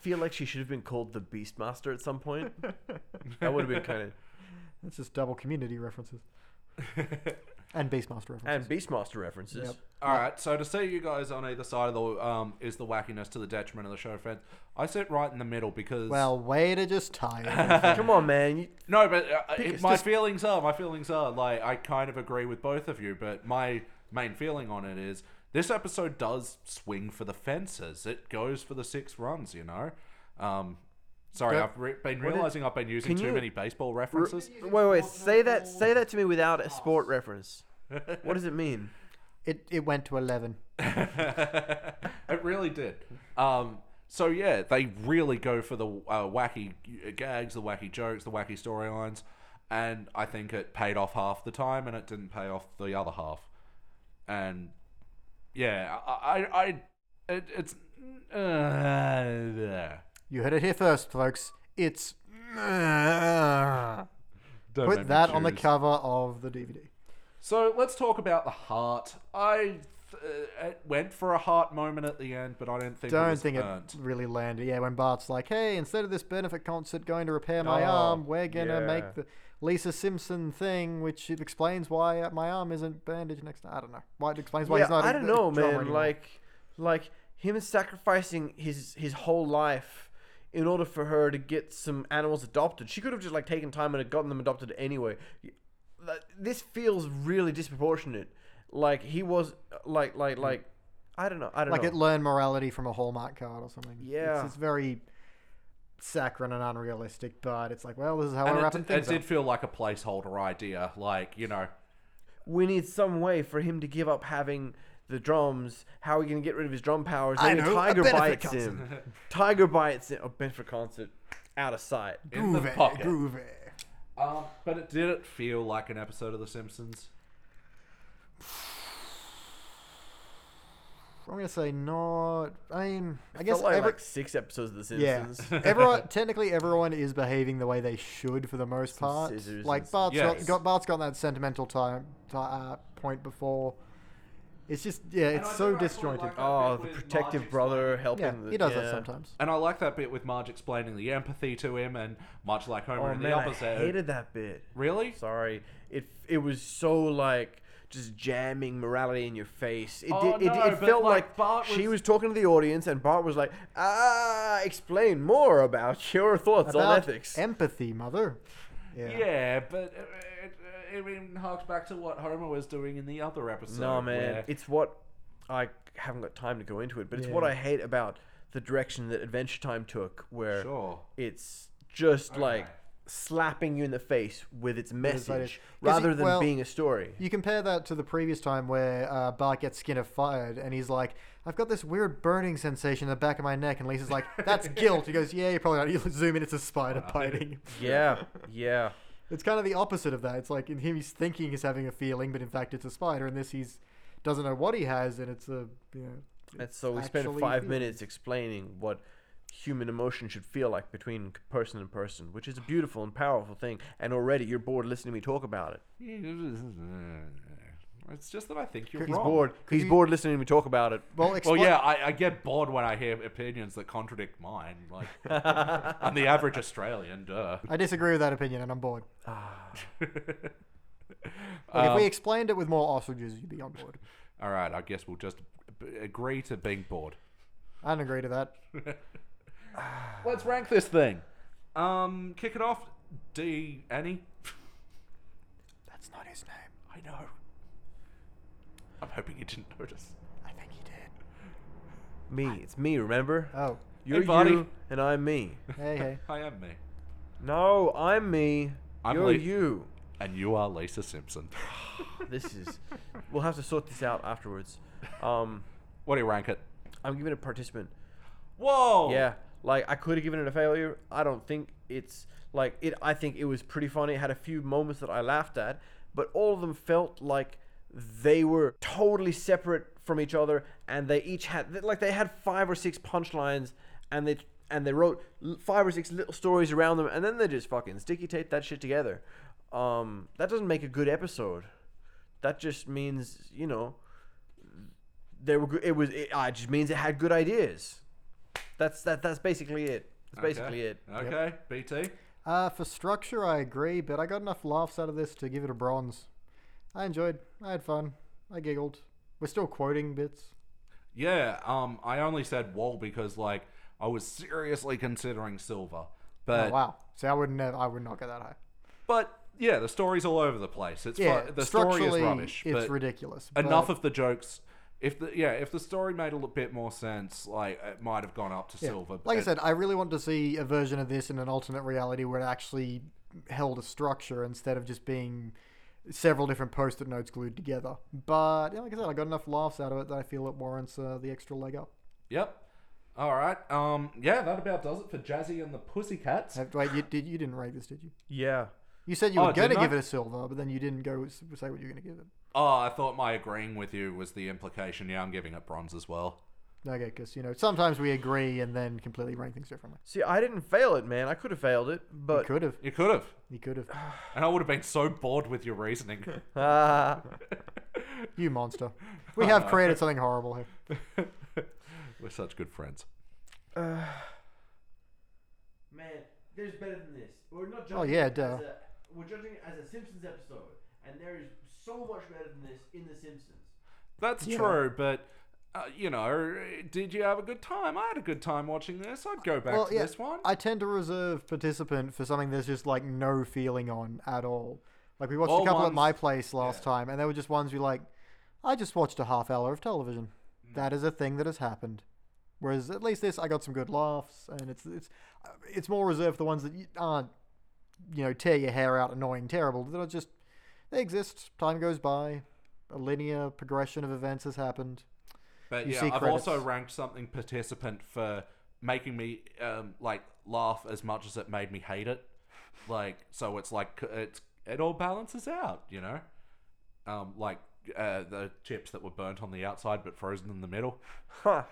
feel like she should have been called the Beastmaster at some point. that would have been kind of
That's just double community references. and Beastmaster references.
and Beastmaster references.
Yep.
All right, so to see you guys on either side of the um, is the wackiness to the detriment of the show, friends. I sit right in the middle because
well, way to just tie it.
Come on, man. You,
no, but uh, it-
us,
my
just-
feelings are my feelings are like I kind of agree with both of you, but my main feeling on it is this episode does swing for the fences. It goes for the six runs, you know. Um, sorry,
Don't-
I've re- been
did-
realizing I've been using
can
too
you-
many baseball
r-
references.
wait, wait. Say that. Say that to me without a sport reference. What does it mean?
it. It went to 11.
it really did. Um, so yeah, they really go for the uh, wacky gags, the wacky jokes, the wacky storylines, and I think it paid off half the time, and it didn't pay off the other half. And yeah, I, I, I it, it's. Uh,
You heard it here first, folks. It's. Put that on the
cover.
cover of the DVD.
So let's talk about the heart. I uh, it went for a heart moment at the end, but I don't think it
Don't
was
think
earned.
it really landed. Yeah, when Bart's like, "Hey, instead of this benefit concert going to repair my
Oh,
arm, we're gonna
yeah.
make the Lisa Simpson thing, which it explains why uh, my arm isn't bandaged next time." I don't know. Why it explains why
yeah,
he's not.
I
a-
don't
a
know,
drummer
man.
anymore.
Like, like him sacrificing his his whole life in order for her to get some animals adopted. She could have just like taken time and had gotten them adopted anyway. Like, This feels really disproportionate. Like he was, like, like, like. I don't know. I don't
like
know.
it learned morality from a Hallmark card or something.
Yeah.
it's, it's very saccharine and unrealistic, but it's like, well, this is how
And
we're
it,
wrapping
d- it
things
did
up.
feel like a placeholder idea, like you know,
we need some way for him to give up having the drums. How are we going to get rid of his drum powers?
I
Maybe
know, a
Tiger
benefit
bites him. Tiger bites him. A benefit concert out of sight.
in the
groovy,
pocket.
groovy.
Um, but it did it feel like an episode of The Simpsons?
I'm gonna say not. I mean, I
Guess
guess
like,
every,
like six episodes of The
yeah,
Simpsons.
everyone technically everyone is behaving the way they should for the most
Some
part.
scissors and
Like
s-
Bart's
Yes.
got, got Bart's got that sentimental time ti uh, point before. It's just yeah,
I
it's
think
so
I quite
disjointed.
like that
Oh,
bit
the
with
protective
Marge
brother
explaining-
helping.
yeah,
the,
he does
yeah.
that sometimes.
And I like that bit with Marge explaining the empathy to him, and much like Homer
Oh
in
man,
the
I
opposite.
hated that bit.
Really?
Sorry, it it was so like just jamming morality in your face. It
Oh,
did, it,
no, but,
it felt
like,
like,
Bart
she
was-
was talking to the audience and Bart was like, "Ah, explain more about your thoughts on
About
ethics."
empathy, mother.
Yeah, but it, it, it even harks back to what Homer was doing in the other episode.
no man,
where-
it's what I haven't got time to go into it, but it's what
Yeah.
I hate about the direction that Adventure Time took, where
sure.
it's just
Okay.
like slapping you in the face with
its
its
ideas.
message
'Cause
rather
it-
than
well,
being a story.
You compare that to the previous time where uh, Bart gets Skinner fired, and he's like, "I've got this weird burning sensation in the back of my neck," and Lisa's like, "That's guilt." He goes, "Yeah, you're probably not." You zoom in, it's a spider biting.
Yeah, yeah.
It's kind of the opposite of that. It's like in him, he's thinking he's having a feeling, but in fact, it's a spider. In this, he's doesn't know what he has, and it's a you know.
And so we
actually
spent five
feeling.
minutes explaining what human emotion should feel like between c- person and person, which is a beautiful and powerful thing. And already you're bored listening to me talk about it.
It's just that I think you're
He's
He's
wrong.
bored.
Could
He's
you-
bored listening to me talk about it.
Well, expl-
Well, yeah, I, I get bored when I hear opinions that contradict mine. Like, I'm the average Australian, duh.
I disagree with that opinion, and I'm bored. Like, if
Um,
we explained it with more ostriches, you'd be on board.
All right, I guess we'll just b- agree to being bored.
I don't agree to that.
Let's rank this thing. Um, kick it off, D. Annie.
That's not his name.
I know. I'm hoping you didn't notice.
I think he did.
Me. It's me, remember?
Oh,
You're
buddy.
you, and I'm me.
hey, hey.
I am me,
No, I'm me.
I'm
you're
late.
you.
and you are Lisa Simpson.
This is. We'll have to sort this out afterwards. Um,
what do you rank it?
I'm giving it participant.
Whoa!
Yeah, like I could have given it a failure. I don't think it's like it. I think it was pretty funny. It had a few moments that I laughed at, but all of them felt like they were totally separate from each other, and they each had like they had five or six punchlines, and they and they wrote l- five or six little stories around them, and then they just fucking sticky tape that shit together. Um, that doesn't make a good episode. That just means you know they were. Good, it was. It, uh, it just means it had good ideas. That's that. That's basically it. That's
Okay.
basically it.
Okay, BT.
Uh, for structure, I agree, but I got enough laughs out of this to give it a bronze. I enjoyed. I had fun. I giggled. We're still quoting bits.
Yeah, um, I only said wall because like I was seriously considering silver, but
oh, wow. See, I would never. I would not get that high.
but yeah, the story's all over the place. It's
Yeah,
fu- the story
structurally,
is rubbish.
It's
but
ridiculous.
enough
but-
of the jokes. If the yeah, if the story made a little bit more sense, like it might have gone up to
yeah.
silver.
Like I
but-
said, I really want to see a version of this in an alternate reality where it actually held a structure instead of just being several different post-it notes glued together. But yeah, like I said, I got enough laughs out of it that I feel it warrants uh, the extra leg up.
yep. All right. Um. Yeah, that about does it for Jazzy and the Pussycats.
Have- Wait, you did you didn't rate this, did you?
Yeah.
You said you
Oh,
were going
didn't I?
to give it a silver, but then you didn't go s- say what you were going to give it.
Oh, I thought my agreeing with you was the implication. Yeah, I'm giving it bronze as well.
Okay, because you know sometimes we agree and then completely rank things differently.
See, I didn't fail it, man. I could have failed it,
You
but
could have.
You could have,
You could have.
and I would have been so bored with your reasoning.
Ah.
You monster. We
Oh,
have created something horrible here.
We're such good friends.
man, there's better than this. We're not judging.
Oh, yeah,
it
duh.
as a- we're judging it as a Simpsons episode, and there is so much better than this in the Simpsons.
That's
Yeah.
true, but uh, you know, did you have a good time? I had a good time watching this. I'd go back to this one.
I tend to reserve participant for something there's just like no feeling on at all. Like we watched
All
a couple
ones-
at my place last time, and they were just ones we like. I just watched a half hour of television.
Mm.
That is a thing that has happened. Whereas at least this, I got some good laughs, and it's it's uh, it's more reserved for the ones that you aren't, you know, tear your hair out, annoying, terrible. That are just they exist. Time goes by, a linear progression of events has happened.
but
you
yeah,
see
I've
credits.
also ranked something participant for making me um, like laugh as much as it made me hate it. Like, so it's like c- it's it all balances out, you know. Um, like uh, the chips that were burnt on the outside but frozen in the middle.
Huh.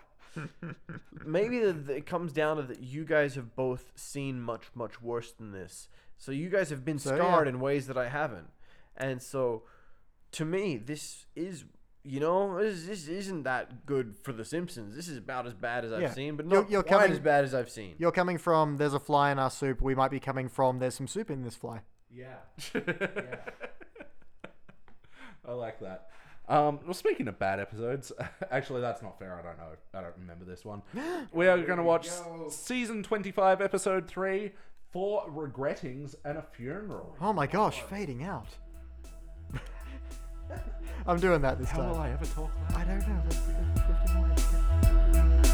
Maybe the, the, it comes down to that you guys have both seen much, much worse than this. So you guys have been
So, yeah.
scarred in ways that I haven't. And so, to me, this is, you know, this, this isn't that good for The Simpsons. This is about as bad as I've
Yeah.
seen, but
You're-
not
you're
quite
coming-
as bad as I've seen.
You're coming from there's a fly in our soup. We might be coming from there's some soup in this fly.
Yeah. I like that. Um, well, speaking of bad episodes, actually, that's not fair. I don't know. I don't remember this one. We are going to watch season 25, episode 3 for Regrettings and a Funeral.
Oh my gosh, fading out. I'm doing that this
How will
time.
I ever talk like
I don't know. Let's- let's drift in away.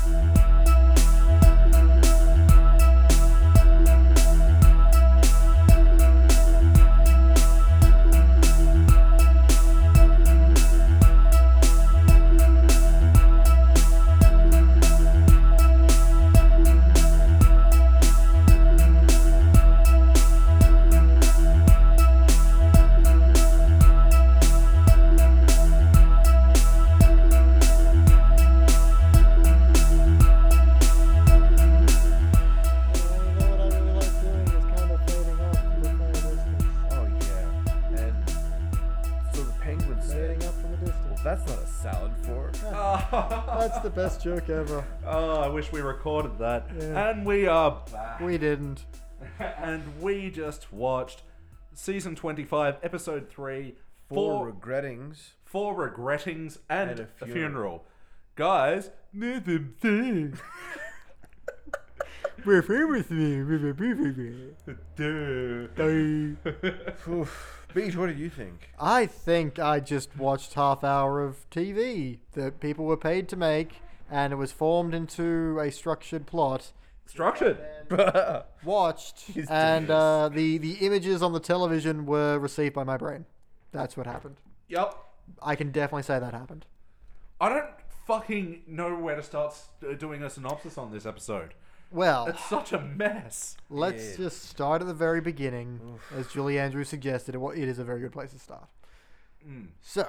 Oh, yeah. And so the penguin said, well, that's not a salad fork.
that?
That's the best joke ever.
oh, I wish we recorded that.
Yeah.
And we are back.
We didn't.
and we just watched season 25, episode 3
Four
for
regrettings.
for regrettings and,
And a
a, funeral.
funeral.
Guys, let them sing.
We're famous. me.
Duh.
Oof. Beach, what did you think?
I think I just watched half hour of TV that people were paid to make, and it was formed into a structured plot.
Structured.
Watched, and uh, the the images on the television were received by my brain. That's what happened.
Yep.
I can definitely say that happened.
I don't fucking know where to start s- uh, doing a synopsis on this episode.
Well,
It's such a mess.
let's just start at the very beginning, as Julie Andrews suggested. It, wa- it is a very good place to start. So,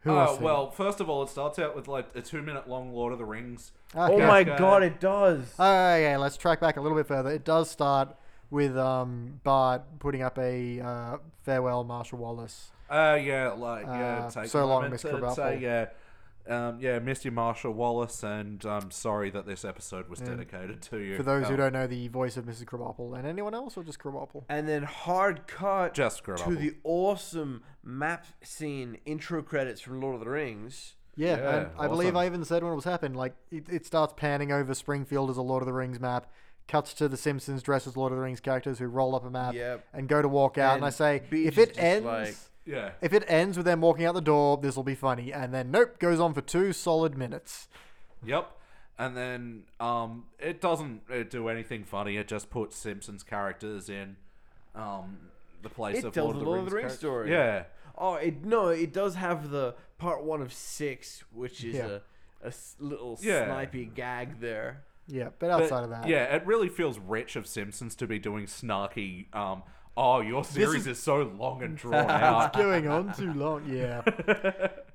who
Hmm. Uh,
else?
well, first of all, it starts out with like a two-minute-long Lord of the Rings.
Oh
Okay.
my
Okay.
god, it does.
Okay, let's track back a little bit further. It does start with um, Bart putting up a uh, farewell, Marshall Wallace.
Uh, yeah, like yeah.
Uh,
take
so
a
long,
moment
Miss
to
Krabappel.
Say, yeah, um, yeah, Misty Marshall Wallace, and I'm sorry that this episode was dedicated to you.
For those who
Um,
don't know, the voice of Mrs. Krabappel. And anyone else, or just Krabappel?
and then hard cut
Just Krabappel.
to the awesome map scene intro credits from Lord of the Rings.
Yeah,
Yeah,
and I believe
awesome.
I even said when it was happening. Like, it, it starts panning over Springfield as a Lord of the Rings map, cuts to the Simpsons dressed as Lord of the Rings characters who roll up a map
Yep.
and go to walk out. And, I
And
say,
Beach
if
is
it
just
ends.
like-
yeah.
If it ends with them walking out the door, this will be funny. And then, nope, goes on for two solid minutes.
Yep. And then um, it doesn't uh do anything funny. It just puts Simpsons characters in um, the place
It
of
tells
Lord of
the
the
Lord
Rings
of the Rings
characters.
story.
Yeah.
Oh, it no, it does have the part one of six, which is
Yeah.
a, a s- little
Yeah.
snipey gag there.
Yeah, but
But,
outside of that,
Yeah, it really feels rich of Simpsons to be doing snarky. Um, oh, your series is... so long and drawn out.
it's going on too long. Yeah.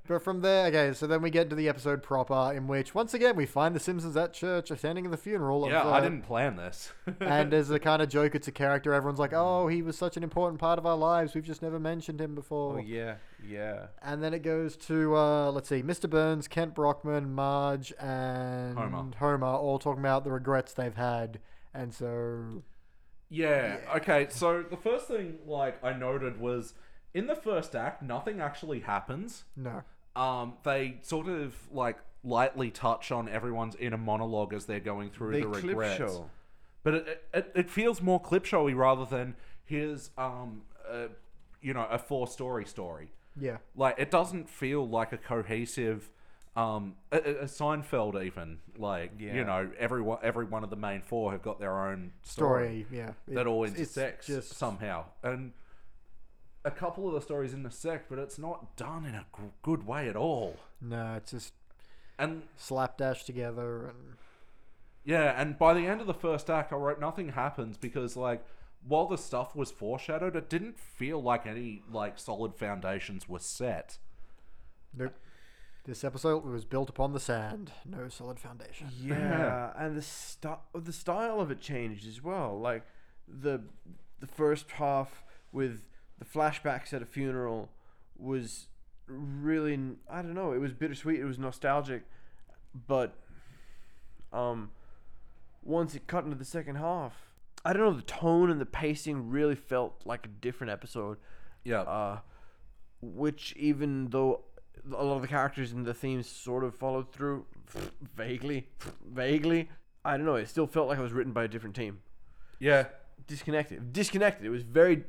But from there, okay, so then we get to the episode proper, in which once again we find the Simpsons at church attending the funeral.
Yeah,
of,
I
uh,
didn't plan this.
And as a kind of joke, it's a character. Everyone's like, "Oh, he was such an important part of our lives. We've just never mentioned him before."
Oh yeah, yeah.
And then it goes to uh, let's see, Mr. Burns, Kent Brockman, Marge, and
Homer.
Homer all talking about the regrets they've had. And so,
Yeah. Okay. So the first thing, like, I noted was in the first act, nothing actually happens.
no,
Um, they sort of like lightly touch on everyone's inner monologue as they're going through
They
the
clip
regrets.
show.
But it, it, it feels more clip showy rather than here's um, uh, you know, a four story story.
yeah,
Like it doesn't feel like a cohesive. Um, a, a a Seinfeld even like
Yeah.
you know every one every one of the main four have got their own story
story, yeah, It-
that all
it's
intersects somehow. And a couple of the stories intersect, but it's not done in a g- good way at all.
no, it's just
And
slapdash together and
yeah, and by the end of the first act, I wrote nothing happens because like while the stuff was foreshadowed, it didn't feel like any like solid foundations were set.
Nope. This episode was built upon the sand. No solid foundation.
Yeah, and the st- the style of it changed as well. Like the the first half with the flashbacks at a funeral was really I don't know. It was bittersweet. It was nostalgic, but um, once it cut into the second half, I don't know. The tone and the pacing really felt like a different episode
Yeah.
uh, which even though a lot of the characters and the themes sort of followed through vaguely, vaguely, I don't know. It still felt like it was written by a different team.
yeah.
Disconnected, disconnected. It was very,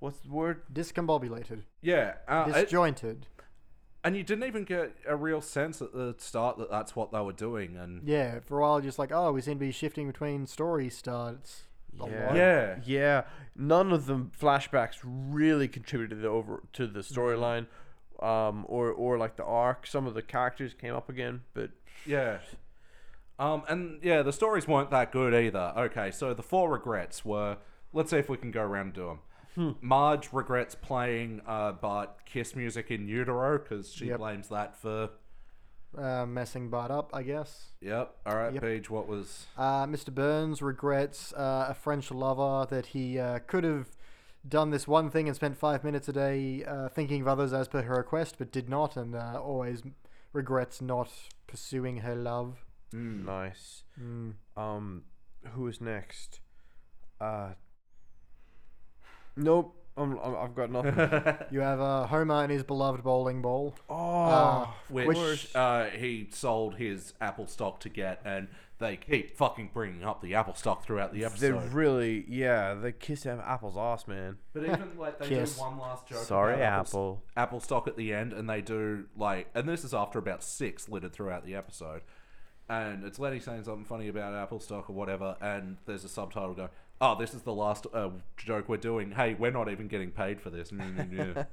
what's the word?
Discombobulated.
Yeah. Uh, it-
Disjointed.
and you didn't even get a real sense at the start that that's what they were doing. And
Yeah, for a while, just like, oh, we seem to be shifting between story starts. A lot.
Yeah.
yeah. None of the flashbacks really contributed to the over to the storyline, um, or or like the arc. Some of the characters came up again, but
Yeah. Um, and yeah, the stories weren't that good either. Okay, so the four regrets were let's see if we can go around and do them. Marge regrets playing uh, Bart Kiss music in utero because she
Yep.
blames that for.
Uh, messing Bart up, I guess.
Yep. All right,
Yep.
Paige, what was.
Uh, Mr. Burns regrets uh, a French lover that he uh, could have done this one thing and spent five minutes a day uh, thinking of others as per her request, but did not, and uh, always regrets not pursuing her love.
hmm,
Mm.
nice. Um, who is next? Uh, nope. I'm, I'm, I've got nothing.
You have uh, Homer and his beloved bowling ball.
oh,
Uh,
Which,
which-
uh, he sold his Apple stock to get, and they keep fucking bringing up the Apple stock throughout the
they
episode.
really, yeah, they kiss him apple's ass, man.
But even like they
Kiss.
do one last joke.
Sorry,
about Apple,
Apple.
Apple stock at the end, and they do like, and this is after about six littered throughout the episode, and it's Lenny saying something funny about Apple stock or whatever, and there's a subtitle going, "Oh, this is the last uh, joke we're doing. Hey, we're not even getting paid for this." yeah,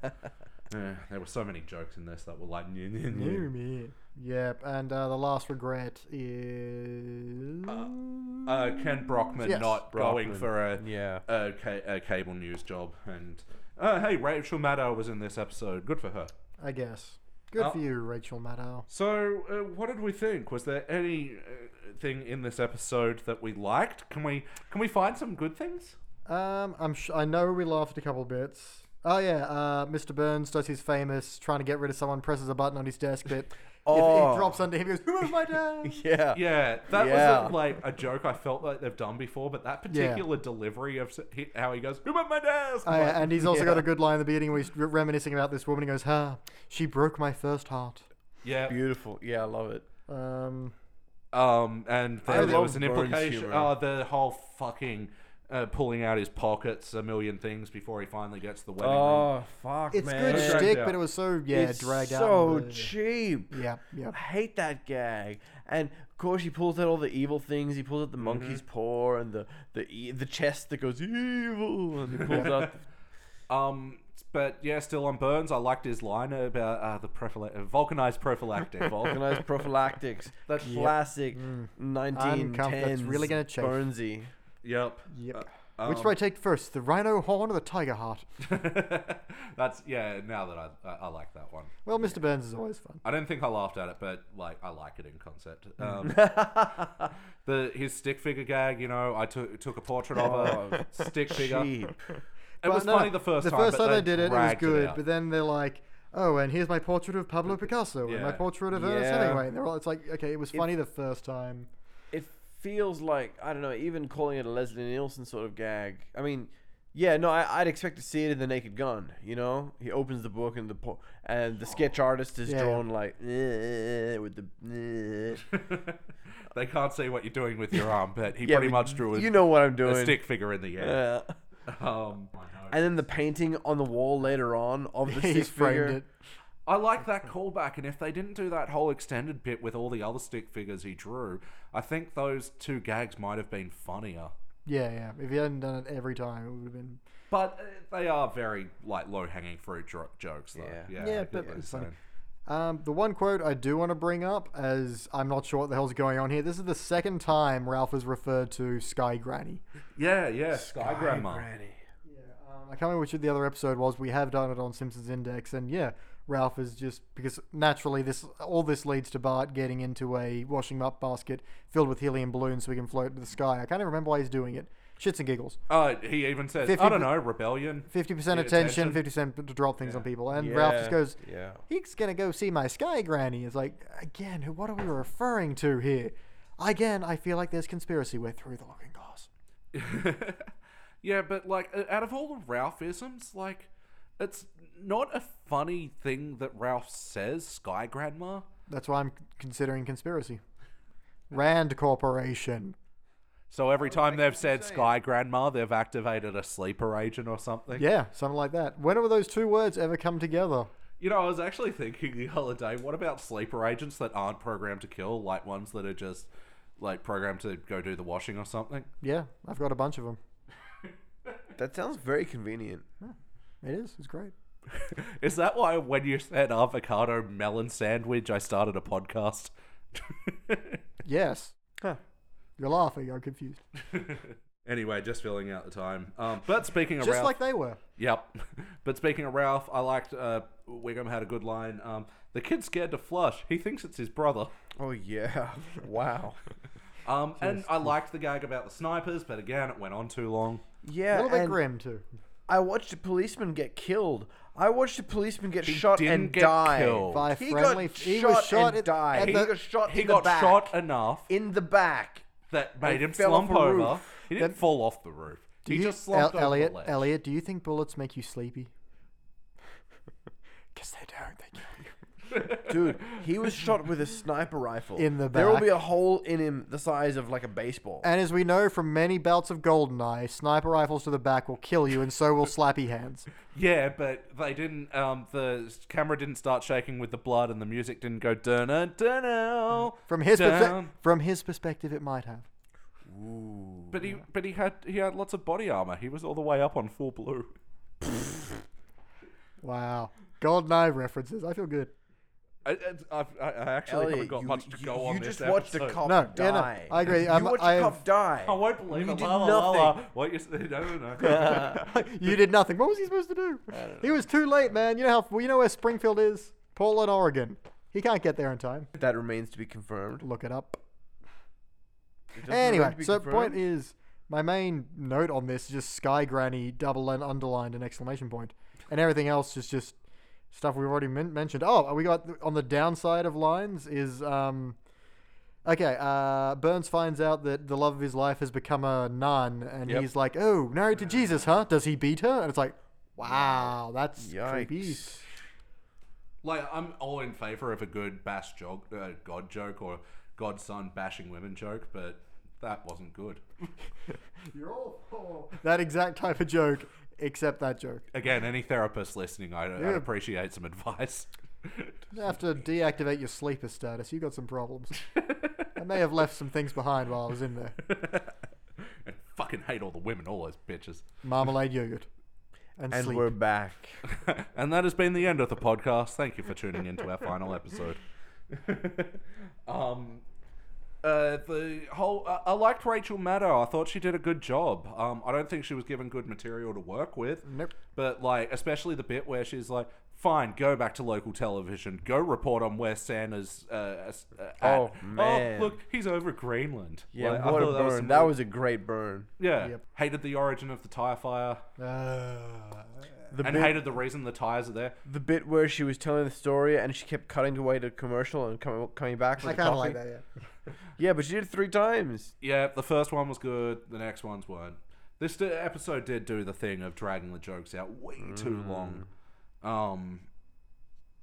there were so many jokes in this that were like, "Nyeh, nyeh, nyeh."
Yep, and uh, the last regret is.
uh, Ken Brockman
Yes.
not
Brockman.
going for a
Yeah.
a, ca- a cable news job, and uh, hey, Rachel Maddow was in this episode. Good for her.
I guess. Good
Oh.
for you, Rachel Maddow.
So, uh, what did we think? Was there any uh, thing in this episode that we liked? Can we can we find some good things?
Um, I'm sh- I know we laughed a couple bits. Oh yeah, uh, Mr. Burns does his famous trying to get rid of someone, presses a button on his desk bit. If
Oh.
it drops under him, he goes, "Who is my dad?"
Yeah.
Yeah, that
Uh, Yeah.
was a, like a joke I felt like they've done before, but that
Yeah.
particular delivery of s- he- how he goes, "Who at my desk?"
Oh,
Like,
yeah, and he's also got a good line in the beginning where he's re- reminiscing about this woman. He goes, "Ha, she broke my first heart."
yeah,
Beautiful. Yeah, I love it.
Um,
um, and there, there
love
was an
Burns
implication.
humor.
Oh, the whole fucking uh, pulling out his pockets, a million things before he finally gets to the wedding ring.
Oh, fuck,
it's
man.
good
Dragged
shtick,
out.
but it was so yeah
it's
dragged out.
so
and, uh,
cheap.
Yep, yep.
I hate that gag. And of course, he pulls out all the evil things. He pulls out the monkey's paw and the the e- the chest that goes evil, and he pulls out.
Um, but yeah, still on Burns. I liked his line about uh, the prophyla- uh, vulcanized prophylactic.
Organized prophylactics. That classic 1910s
that's really gonna chafe.
Burnsy.
Yep.
Yep.
Uh,
Which
um,
do I take first, the rhino horn or the tiger heart?
That's yeah. Now that I, I I like that one.
Well, Mr. Burns is always fun.
I don't think I laughed at it, but like I like it in concept.
Mm.
Um, the his stick figure gag. You know, I took took a portrait of a stick figure.
Cheap.
It was
Oh, no,
funny the first
the
time.
first
but
time
they
they did it, it was
dragged
good.
out.
but then they're like, oh, and here's my portrait of Pablo Picasso and my
Yeah.
portrait of Ernest
Yeah.
Hemingway. And they're all, it's like, okay, it was funny the first time.
it feels like I don't know, even calling it a Leslie Nielsen sort of gag. I mean, yeah, no, I, I'd expect to see it in the Naked Gun. You know, he opens the book and the po- and the sketch artist is
Yeah.
drawn like eh, with the. eh.
they can't see what you're doing with your arm, but he
Yeah,
pretty
but
much drew a,
You know what I'm
a
doing.
stick figure in the air.
Yeah.
Um,
And then the painting on the wall later on of the
He's
stick figure.
framed it.
I like that callback, and if they didn't do that whole extended bit with all the other stick figures he drew, I think those two gags might have been funnier.
Yeah, yeah. If he hadn't done it every time, it would have been.
But uh, they are very like low hanging fruit dro- jokes, though.
Yeah.
yeah,
Yeah,
I get
but
what you're
it's funny.
saying.
Um, the one quote I do want to bring up, as I'm not sure what the hell's going on here. This is the second time Ralph has referred to Sky Granny.
yeah, yeah. Sky, Grandma.
Granny.
Um, I can't remember which of the other episode was. We have done it on Simpsons Index, and yeah, Ralph is just because naturally this all this leads to Bart getting into a washing up basket filled with helium balloons so he can float to the sky. I can't even remember why he's doing it. Shits and giggles.
Uh, he even says,
Fifty
I don't
per-
know, rebellion.
Fifty percent
Yeah,
attention,
attention.
fifty percent to drop things on people, and Ralph just
Yeah,
goes,
yeah.
he's gonna go see my sky granny." It's like, again, who- what are we referring to here? Again, I feel like there's conspiracy. We're through the looking glass.
yeah, but like uh, out of all the Ralphisms, like it's not a funny thing that Ralph says, Sky Grandma.
That's why I'm considering conspiracy. Rand Corporation.
So every time they've said Sky Grandma, they've activated a sleeper agent or something.
Yeah, something like that. When will those two words ever come together?
You know, I was actually thinking the other day, what about sleeper agents that aren't programmed to kill, like ones that are just like programmed to go do the washing or something?
Yeah, I've got a bunch of them.
That sounds very convenient.
It is. It's great.
Is that why when you said avocado melon sandwich, I started a podcast?
Yes.
Huh.
You're laughing. I'm confused.
anyway, just filling out the time. Um, but speaking of
Just
Ralph,
like they were.
yep. But speaking of Ralph, I liked uh, Wiggum had a good line. Um, the kid's scared to flush. He thinks it's his brother.
Oh yeah. Wow.
Um, and I liked the gag about the snipers, but again, it went on too long.
A
Yeah.
little bit
and
grim too.
I watched a policeman get killed. I watched a policeman get
He
shot
didn't
and
get
die.
killed.
By
He
friendly,
got
he
shot
was shot
and
at,
died.
at
He
the-
got shot
He
in
got
the back.
shot enough
in the back.
that
And
made him
fell off
slump
a
over.
roof.
He didn't fall off the roof.
Do
He
you-
just slumped
El-
over
Elliot,
the ledge.
Elliot, do you think bullets make you sleepy? Because they don't. They kill you.
Dude, he was shot with a sniper rifle.
In the
There will be
back.
a hole in him the size of like a baseball.
And as we know from many bouts of Goldeneye, sniper rifles to the back will kill you, and so will slappy hands.
Yeah, but they didn't. Um, the camera didn't start shaking with the blood, and the music didn't go dunna dunna.
From his perspective,
Mm.
down.
from his perspective, it might have.
But he, but he had he had lots of body armor. He was all the way up on full blue.
Wow, Goldeneye references. I feel good.
I, I, I- I actually haven't
Elliot,
got
you,
much to
you-
go on.
you
this
just watched a
episode.
cop
No, yeah, no,
die.
I agree.
You
I'm-
watched
I-
a cop die.
I won't believe
You
it.
did
La, la, la,
nothing.
la. What you said? No, no, no.
you did nothing. What was he supposed to do? He was too late, man. You know how well, you know where Springfield is? Portland, Oregon. He can't get there in time.
That remains to be confirmed.
Look it up.
It doesn't remain
Anyway,
to be
so point
confirmed.
is, my main note on this is just Sky Granny double and underlined an exclamation point, and everything else is just stuff we've already men- mentioned. Oh, we got on the downside of lines is um, okay. Uh, Burns finds out that the love of his life has become a nun, and
Yep.
he's like, "Oh, married to Jesus, huh? Does he beat her?" And it's like, "Wow, that's creepy."
Yikes.
like I'm all in favor of a good bash joke, uh, god joke, or godson bashing women joke, but that wasn't good.
You're all for that exact type of joke, except that joke.
Again, any therapist listening, I, I'd
Yeah.
appreciate some advice.
You have to deactivate your sleeper status. You got some problems. I may have left some things behind while I was in there.
and fucking hate all the women, all those bitches.
Marmalade yogurt and,
And
sleep.
we're back.
and that has been the end of the podcast. Thank you for tuning in to our final episode. um, uh, the whole I I liked Rachel Maddow. I thought she did a good job. Um, I don't think she was given good material to work with.
Nope.
But like, especially the bit where she's like, "Fine, go back to local television. Go report on where Santa's." Uh, as- uh, at.
Oh, man.
look, he's over Greenland.
Yeah,
Like, I
what a
thought
burn.
some
that
really-
was a great burn.
yeah.
Yep.
Hated the origin of the tire fire
Uh,
The
and
bit,
hated the reason the tires are there.
the bit where she was telling the story and she kept cutting away to commercial and coming coming back.
I
With the
kind of like
coffee.
that. Yeah.
Yeah, but she did it three times.
Yeah, the first one was good. The next ones weren't. This d- episode did do the thing of dragging the jokes out way
Mm.
too long. Um,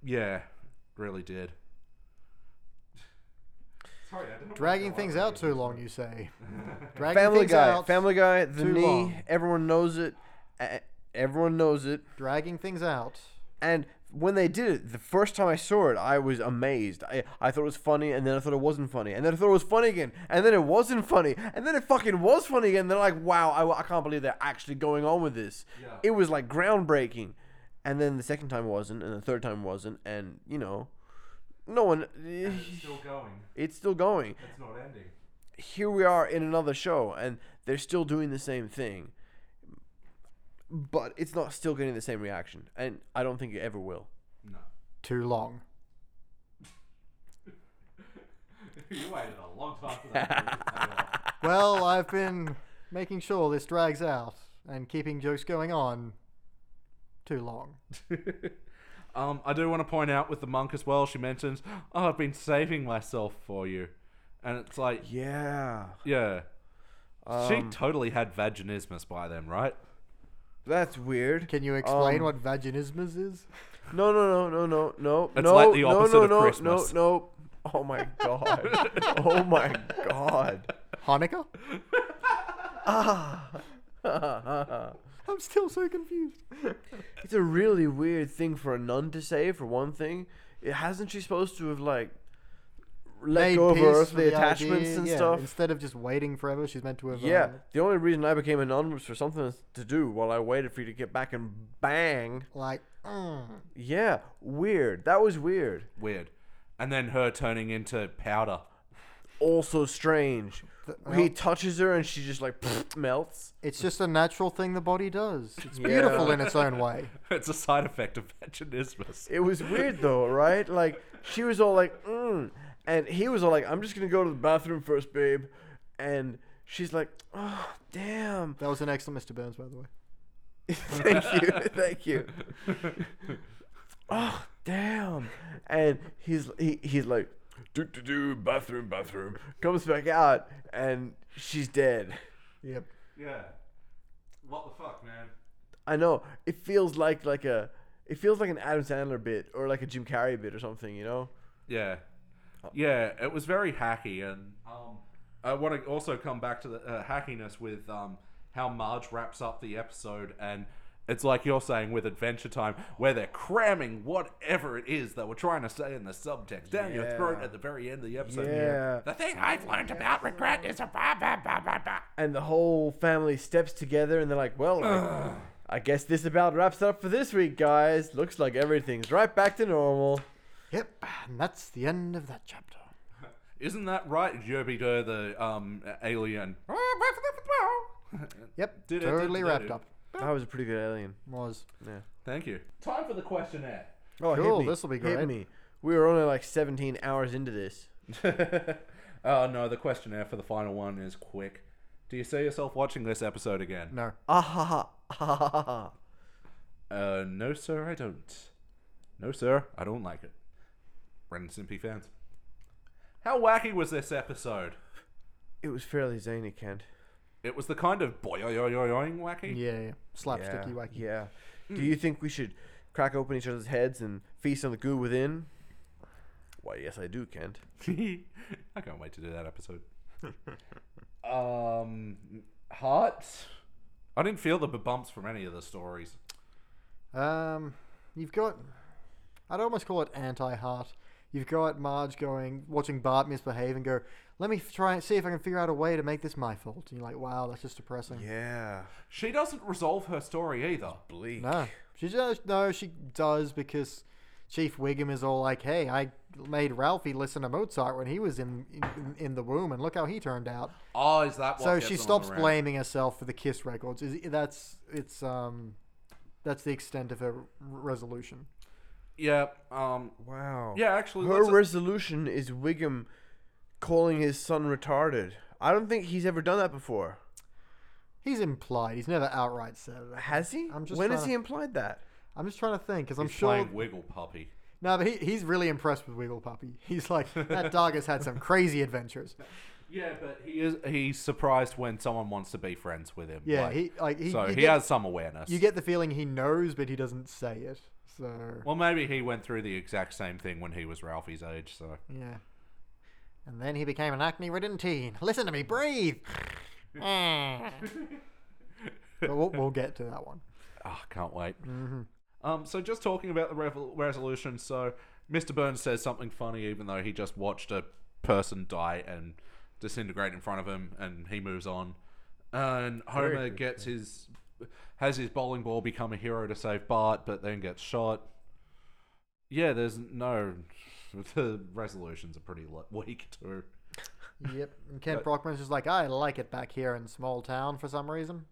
yeah, really did. Sorry, I didn't
Dragging things out too long, you say? Dragging
Family
things
Guy,
out.
Family Guy, the
too
knee.
long.
Everyone knows it. A- Everyone knows it.
Dragging things out.
And when they did it, the first time I saw it, I was amazed. I, I thought it was funny, and then I thought it wasn't funny, and then I thought it was funny again, and then it wasn't funny, and then it fucking was funny again. They're like, wow, I, I can't believe they're actually going on with this.
Yeah.
It was like groundbreaking. And then the second time wasn't, and the third time wasn't, and you know, no one. eh,
Still going.
It's still going.
It's not ending.
Here we are in another show, and they're still doing the same thing. But it's not still getting the same reaction, and I don't think it ever will.
No.
too long.
you waited a long time for that.
Well, I've been making sure this drags out and keeping jokes going on too long.
um, I do want to point out with the monk as well. She mentions, "Oh, I've been saving myself for you," and it's like,
Yeah.
yeah, she totally had vaginismus by then, right?
That's weird.
Can you explain
Um,
what vaginismus is?
No, no, no, no, no, no.
It's
no,
like the
no,
opposite
no,
of
no,
Christmas.
No, no. Oh my god. oh my god.
Hanukkah? I'm still so confused.
It's a really weird thing for a nun to say. For one thing, it hasn't she supposed to have like let
Made
go of her
peace
earthly
with the
attachments
idea,
and
yeah,
stuff?
Instead of just waiting forever, she's meant to have.
yeah,
um,
the only reason I became a nun was for something to do while I waited for you to get back and bang.
like, mm.
Yeah, weird. That was weird.
Weird. And then her turning into powder.
Also strange.
well-
he touches her and she just like melts.
it's just a natural thing the body does. It's beautiful
Yeah.
in its own way.
It's a side effect of vaginismus.
It was weird though, right? Like she was all like, mm. and he was all like, "I'm just gonna go to the bathroom first, babe," and she's like, "Oh, damn."
That was an excellent Mr. Burns, by the way.
thank you, thank you. oh, damn! And he's he, he's like, do do do, bathroom, bathroom. Comes back out, and she's dead.
Yep.
yeah. What the fuck, man?
I know. It feels like like a, it feels like an Adam Sandler bit or like a Jim Carrey bit or something. You know?
Yeah.
Oh.
Yeah, it was very hacky, and um, I want to also come back to the uh, hackiness with um, how Marge wraps up the episode, and it's like you're saying with Adventure Time, where they're cramming whatever it is that we're trying to say in the subtext down your
Yeah.
throat at the very end of the episode.
Yeah.
The thing I've learned about regret is a blah, blah, blah, blah, blah.
And the whole family steps together, and they're like, well. I- I guess this about wraps up for this week, guys. Looks like everything's right back to normal.
Yep. And that's the end of that chapter.
Isn't that right, Jobito the um, alien?
Oh,
Yep.
Did it, did
totally
it,
wrapped
did it.
up.
That was a pretty good alien.
Was.
Thank you. Time for the questionnaire.
Oh, hit
Cool,
me.
this'll be
Hit
great.
me. We were only like 17 hours into this.
oh no, the questionnaire for the final one is quick. Do you see yourself watching this episode again?
No.
Ah ha ha. Ah, ha, ha, ha.
Uh, no, sir, I don't. No, sir, I don't like it. Brendan Simpy fans. How wacky was this episode?
It was fairly zany, Kent.
It was the kind of boing wacky.
Yeah. yeah. Hmm. Slapsticky wacky.
Yeah. Do you think we should crack open each other's heads and feast on the goo within? Why, yes, I do, Kent.
I can't wait to do that episode. um, hearts. I didn't feel the bumps from any of the stories.
Um, you've got, I'd almost call it anti-heart. You've got Marge going, watching Bart misbehave and go, let me try and see if I can figure out a way to make this my fault. And you're like, wow, that's just depressing.
Yeah.
She doesn't resolve her story either.
Bleak.
No, she does. No, she does because Chief Wiggum is all like, hey, I made Ralphie listen to Mozart when he was in in, in the womb, and look how he turned out.
Oh, is that what?
so
kept
she
them
stops
around?
blaming herself for the Kiss records. Is that's it's um, that's the extent of her r- resolution.
Yeah. Um.
Wow.
Yeah. Actually,
Her
let's-
resolution is Wiggum calling his son retarded. I don't think he's ever done that before.
He's implied. He's never outright said it.
Has he?
I'm just
when has
trying
he
to-
implied that?
I'm just trying to think because I'm
he's
sure.
playing Wiggle Puppy.
No, but he, he's really impressed with Wiggle Puppy. He's like, that dog has had some crazy adventures.
Yeah, but he is. He's surprised when someone wants to be friends with him.
Yeah,
like-
he like he.
so
you
he
get,
has some awareness.
You get the feeling he knows, but he doesn't say it. So
well, maybe he went through the exact same thing when he was Ralphie's age. So
yeah. And then he became an acne-ridden teen. Listen to me, breathe. Eh. but we'll, we'll get to that one.
Ah, can't wait. Um, so just talking about the revel- resolution. So Mr. Burns says something funny, even though he just watched a person die and disintegrate in front of him, and he moves on. And Homer gets his has his bowling ball become a hero to save Bart, but then gets shot. Yeah, there's no the resolutions are pretty li- weak too.
Yep. And Ken Brockman's just like, I like it back here in small town for some reason.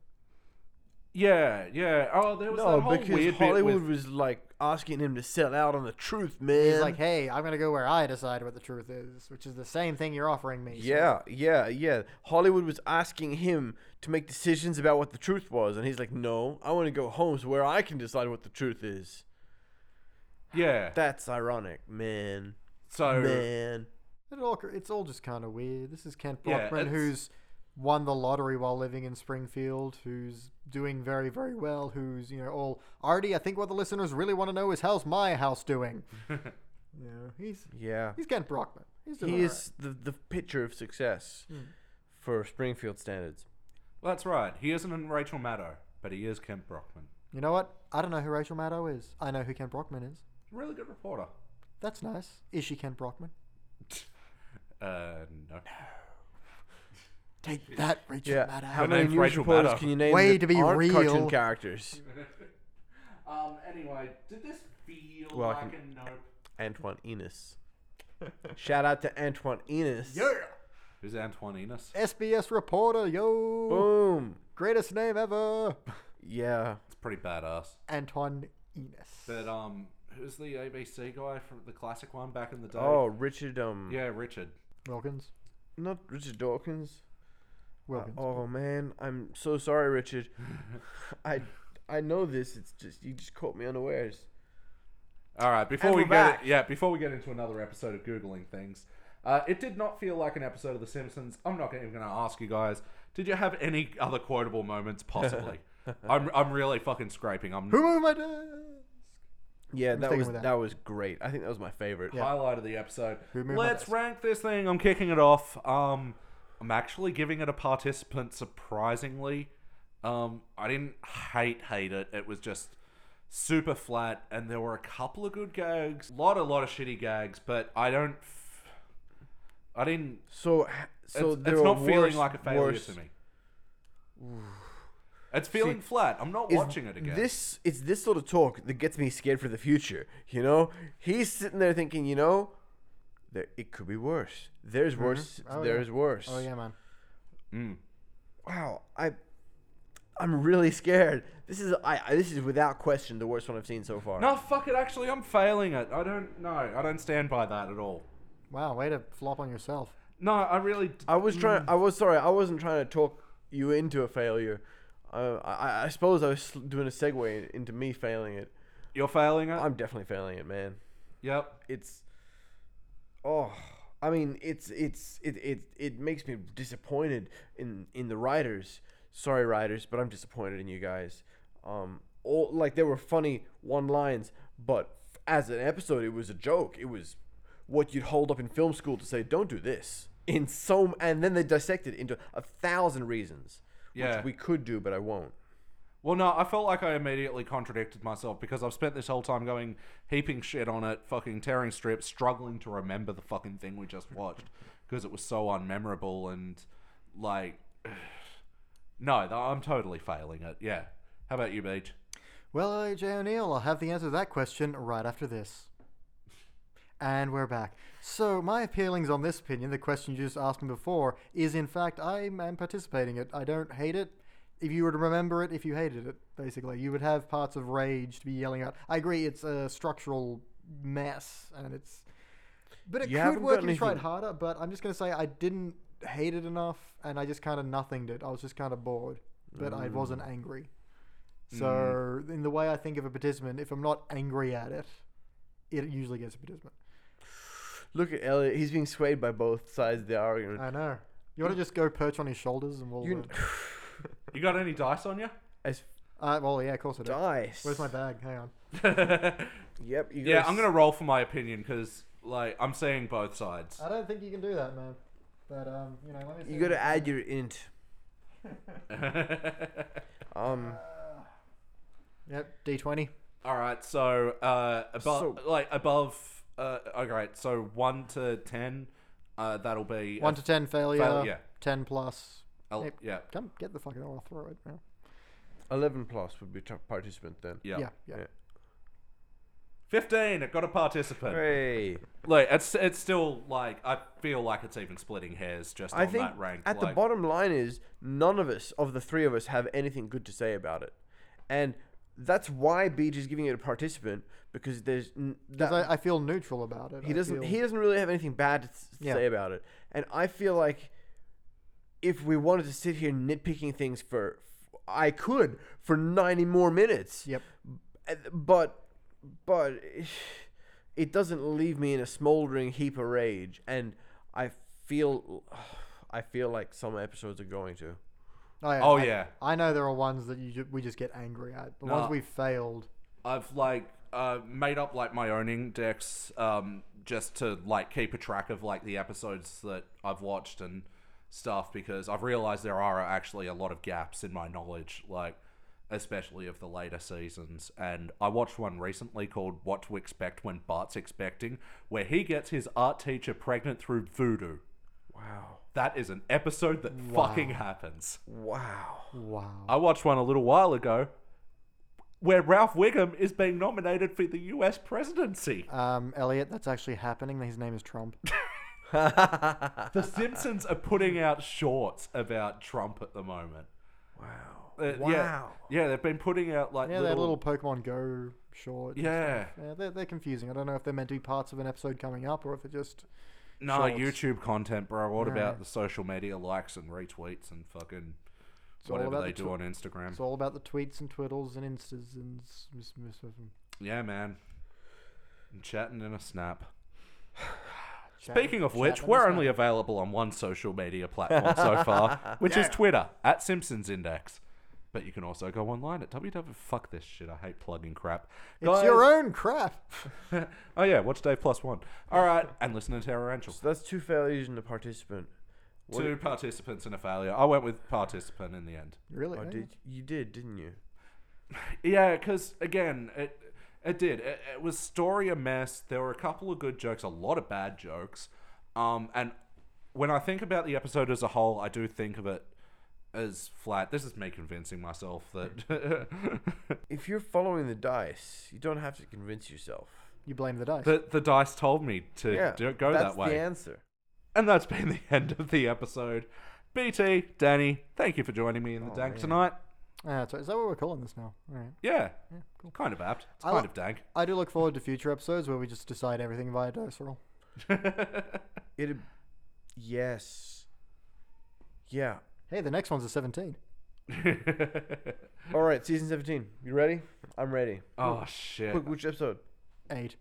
Yeah, yeah. Oh, there was that
No,
whole
because
weird bit
Hollywood
with
was like asking him to sell out on the truth, man.
He's like, hey, I'm gonna go where I decide what the truth is, which is the same thing you're offering me. so-
yeah, yeah, yeah. Hollywood was asking him to make decisions about what the truth was, and he's like, no, I want to go home so where I can decide what the truth is.
yeah.
That's ironic, man.
so
man.
It all, it's all just kind of weird. This is Kent
Yeah,
Brockman,
it's-
who's won the lottery while living in Springfield, who's doing very, very well, who's, you know, all. Artie, I think what the listeners really want to know is how's my house doing? you know, he's,
Yeah.
he's Kent Brockman. He's doing
He
all Hmm.
is the, the picture of success for Springfield standards.
that's right. He isn't Rachel Maddow, but he is Kent Brockman.
right. You know what? I don't know who Rachel Maddow is. I know who Kent Brockman is.
Really good reporter.
That's nice. Is she Kent Brockman?
Uh, no.
Take that, Rachel
Yeah.
Maddow.
How
Her
many
name's
news
Rachel
reporters
Maddow.
can you name
Way
that
to be
aren't cartoon
real.
characters?
Um. Anyway, did this feel
Well, I
like
can-
a nope?
Antoine Enos. Shout out to Antoine Enos.
Who's Antoine Enos?
SBS reporter, yo!
Boom.
Greatest name ever!
Yeah.
It's pretty badass.
Antoine Enos.
But
uh,
um, who's the ABC guy from the classic one back in the day?
Oh, Richard. Um.
yeah, Richard.
Wilkins.
Not Richard Dawkins. Uh,
Wilkins.
oh man, I'm so sorry, Richard. I I know this. It's just you just caught me unawares.
All right, before
And
we
we're
get
back.
yeah, before we get into another episode of googling things, uh, it did not feel like an episode of The Simpsons. I'm not even going to ask you guys. Did you have any other quotable moments? Possibly. I'm I'm really fucking scraping. I'm
Who moved my desk?
Yeah, that
sticking
was
with
that.
that.
was great. I think that was my favorite.
highlight of the episode.
Who moved my
Let's
desk?
rank this thing. I'm kicking it off. Um, I'm actually giving it a participant. Surprisingly, um, I didn't hate hate it. It was just super flat, and there were a couple of good gags. A lot a lot of shitty gags, but I don't. F- I didn't.
So so
it's,
there
it's
were
not
worse-
feeling like a failure
worse-
to me. It's feeling flat. I'm not
is
watching it again.
This it's this sort of talk that gets me scared for the future. You know, he's sitting there thinking, you know, there, it could be worse. There's worse.
Oh, yeah.
there's worse.
Oh yeah, man.
Mm.
Wow. I I'm really scared. This is I, I this is without question the worst one I've seen so far.
No, fuck it. Actually, I'm failing it. I don't. No, I don't stand by that at all.
Wow, way to flop on yourself.
No, I really. d-
I was trying. I was sorry. I wasn't trying to talk you into a failure. Uh, I, I- I suppose I was sl- doing a segue into me failing it.
You're failing it.
I'm definitely failing it, man.
Yep.
It's oh, I mean, it's it's it it it makes me disappointed in in the writers. Sorry, writers, but I'm disappointed in you guys. Um, all like there were funny one lines, but as an episode, it was a joke. It was what you'd hold up in film school to say, "Don't do this." In so, and then they dissected it into a thousand reasons,
Yeah.
which we could do, but I won't.
Well, no, I felt like I immediately contradicted myself because I've spent this whole time going heaping shit on it, fucking tearing strips, struggling to remember the fucking thing we just watched because it was so unmemorable and like. No, th- I'm totally failing it. Yeah. How about you, Beach?
Well, AJ O'Neill, I'll have the answer to that question right after this. And we're back. So my feelings on this opinion, the question you just asked me before, is in fact I am participating it. I don't hate it. If you were to remember it, if you hated it, basically, you would have parts of rage to be yelling out. I agree, it's a structural mess, and it's. But it
You
could
haven't
work
got
if you tried
anything-
harder. But I'm just gonna say I didn't hate it enough, and I just kind of nothinged it. I was just kind of bored, but
Mm.
I wasn't angry. So in the way I think of a participant, if I'm not angry at it, it usually gets a participant.
Look at Elliot; he's being swayed by both sides of the argument.
I know. You want to just go perch on his shoulders and we'll.
You-
You got any dice on you?
As
Uh, uh, well, yeah, of course I do.
dice.
Where's my bag? Hang on.
Yep. You
yeah,
gotta
I'm
s-
gonna roll for my opinion because like I'm seeing both sides.
I don't think you can do that, man. But um, you know, let me.
You gotta add your int. um.
Yep. D twenty.
All right, so uh, above,
So-
like above. Uh, all right, so one to ten, uh, that'll be
One to ten failure.
fail- yeah.
Ten plus.
a-
hey,
yeah,
Come get the fucking. I'll throw it. now.
Eleven plus would be t- participant then.
yeah,
Yeah. Yeah.
Yeah.
Fifteen. It got a participant.
Hey.
Like it's it's still like I feel like it's even splitting hairs just
I
on
think
that rank.
at the
like-
bottom line is none of us of the three of us have anything good to say about it. and that's why Beach is giving it a participant because there's n- that,
I, I feel neutral about it.
he
I
doesn't
feel-
he doesn't really have anything bad to s-
Yeah.
say about it and i feel like if we wanted to sit here nitpicking things for i could for 90 more minutes
Yep.
And- but but it doesn't leave me in a smoldering heap of rage and i feel i feel like some episodes are going to
Oh,
I-
yeah.
I know there are ones that you ju- we just get angry at. The
Nah.
ones we failed.
I've like uh, made up like my owning decks um, just to like keep a track of like the episodes that I've watched and stuff because I've realized there are actually a lot of gaps in my knowledge, like especially of the later seasons. And I watched one recently called "What to Expect When Bart's Expecting," where he gets his art teacher pregnant through voodoo.
wow
That is an episode that fucking happens.
wow
Wow.
I watched one a little while ago where Ralph Wiggum is being nominated for the US presidency.
Um, Elliot, that's actually happening. His name is Trump.
The Simpsons are putting out shorts about Trump at the moment.
wow
Uh, yeah-
wow
Yeah, they've been putting out like
Yeah, that
little,
little Pokemon Go short. and
Yeah.
stuff. Yeah, they're, they're confusing. I don't know if they're meant to be parts of an episode coming up or if it just.
no
shorts.
YouTube content, bro. What
Right.
about the social media likes and retweets and fucking
It's all
whatever
about
they
the
do
tw-
on Instagram?
It's all about the tweets and twiddles and instas and. s- mis- mis- mis-
yeah, man. I'm chatting in a snap.
chat-
Speaking of which,
chat
we're
and
only
stuff.
available on one social media platform so far, which is Twitter at Simpsons Index. But you can also go online at www. Fuck this shit. I hate plugging crap.
It's your own crap.
own. oh yeah, watch Dave Plus One. All right, and listen to Torrential.
so that's two failures and a participant What
Two participants and a failure. I went with participant in the end.
Really?
oh,
eh?
did you did didn't you
Yeah, because again, it it did. It, it was story a mess. There were a couple of good jokes, a lot of bad jokes. Um, and when I think about the episode as a whole, I do think of it as flat. This is me convincing myself that
if you're following the dice, you don't have to convince yourself.
You blame the dice.
the, the dice told me to do, go
that's
that way.
the answer.
And that's been the end of the episode. BT, Danny, thank you for joining me in the dank tonight.
Ah, so is that what we're calling this now? All right.
Yeah, kind of apt. It's
I
kind
li-
of dank.
I do look forward to future episodes where we just decide everything via dice roll.
It, yes, yeah.
Hey, the next one's a 17.
All right, season seventeen. You ready? I'm ready.
oh shit.
Quick, which episode?
Eight.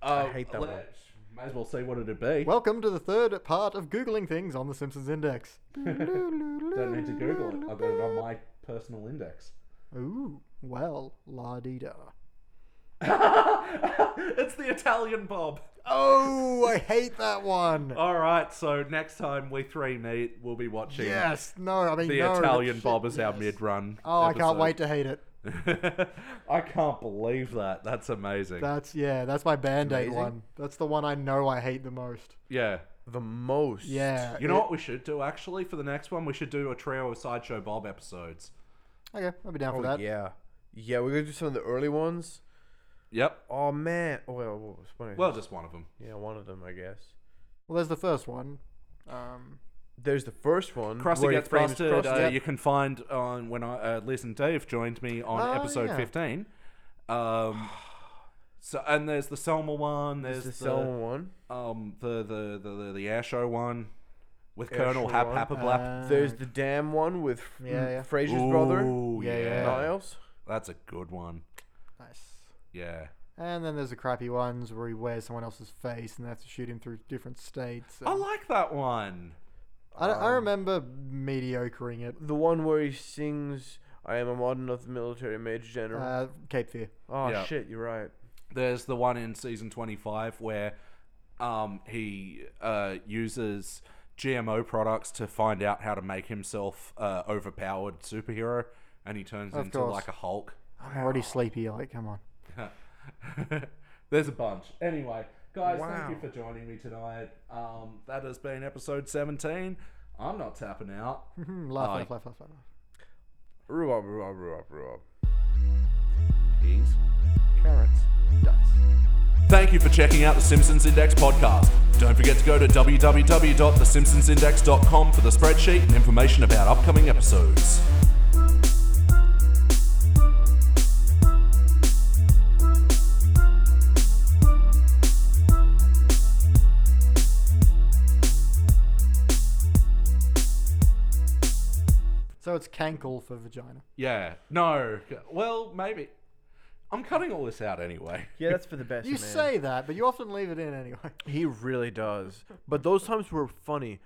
Uh,
hate that
let-
one.
Might as well say what it'd be.
Welcome to the third part of Googling things on the Simpsons Index.
Don't need to Google it. I've got it on my personal index.
Ooh, well, la dee da.
it's the Italian Bob.
Oh, I hate that one.
All right, so next time we three meet, we'll be watching
Yes, no, I mean,
the
no, that
Italian
shit-
Bob as our
yes.
mid-run.
Oh, I can't wait to hate it.
to. I can't believe that. That's amazing.
That's, yeah, that's my band aid
Amazing.
one. That's the one I know I hate the most.
yeah.
The most.
Yeah.
You know what we should do actually for the next one? We should do a trio of Sideshow Bob episodes.
Okay, I'll be down
Oh
for that.
yeah. Yeah, we're gonna do some of the early ones.
Yep.
Oh man. Oh well, well, it's funny.
Well, just one of them.
yeah, one of them, I guess.
Well, there's the first one. Um,
There's the first one.
Krusty
where he
Gets
frames
Busted,
Krusty.
uh, you can find on when I, uh, Liz and Dave joined me on
Oh,
episode
yeah.
15. Um, so and there's the Selma one, there's,
There's the
the,
Selma one.
um the the the the, the air show one with
Air
Colonel
show
Hap
one.
Happablap.
uh,
There's the Dam one with
Yeah, yeah.
Fraser's brother
Ooh,
Yeah, yeah.
Niles.
That's a good one.
nice.
Yeah.
And then there's the crappy ones where he wears someone else's face and they have to shoot him through different states.
I
and-
like um, that one.
I, I remember mediocring it.
The one where he sings, "I am a modern of the military major general."
Uh, Cape Fear.
oh
yeah.
shit, you're right.
There's the one in season 25 where um, he uh, uses GMO products to find out how to make himself uh, overpowered superhero, and he turns into
course.
like a Hulk.
I'm already sleepy. Like, come on.
There's a bunch. Anyway, guys,
Wow.
thank you for joining me tonight. Um, that has been episode 17. I'm not tapping out.
Hmm, laugh,
Aye.
laugh, laugh, laugh, laugh.
Rhubarb, rhubarb, rhubarb, rhubarb.
Peace.
Carrots. Dice.
Thank you for checking out the Simpsons Index podcast. Don't forget to go to www.thesimpsonsindex.com for the spreadsheet and information about upcoming episodes.
So it's cankle for vagina.
Yeah. No. Well, maybe. I'm cutting all this out anyway.
Yeah, that's for the best.
You
man.
say that, but you often leave it in anyway.
he really does, but those times were funny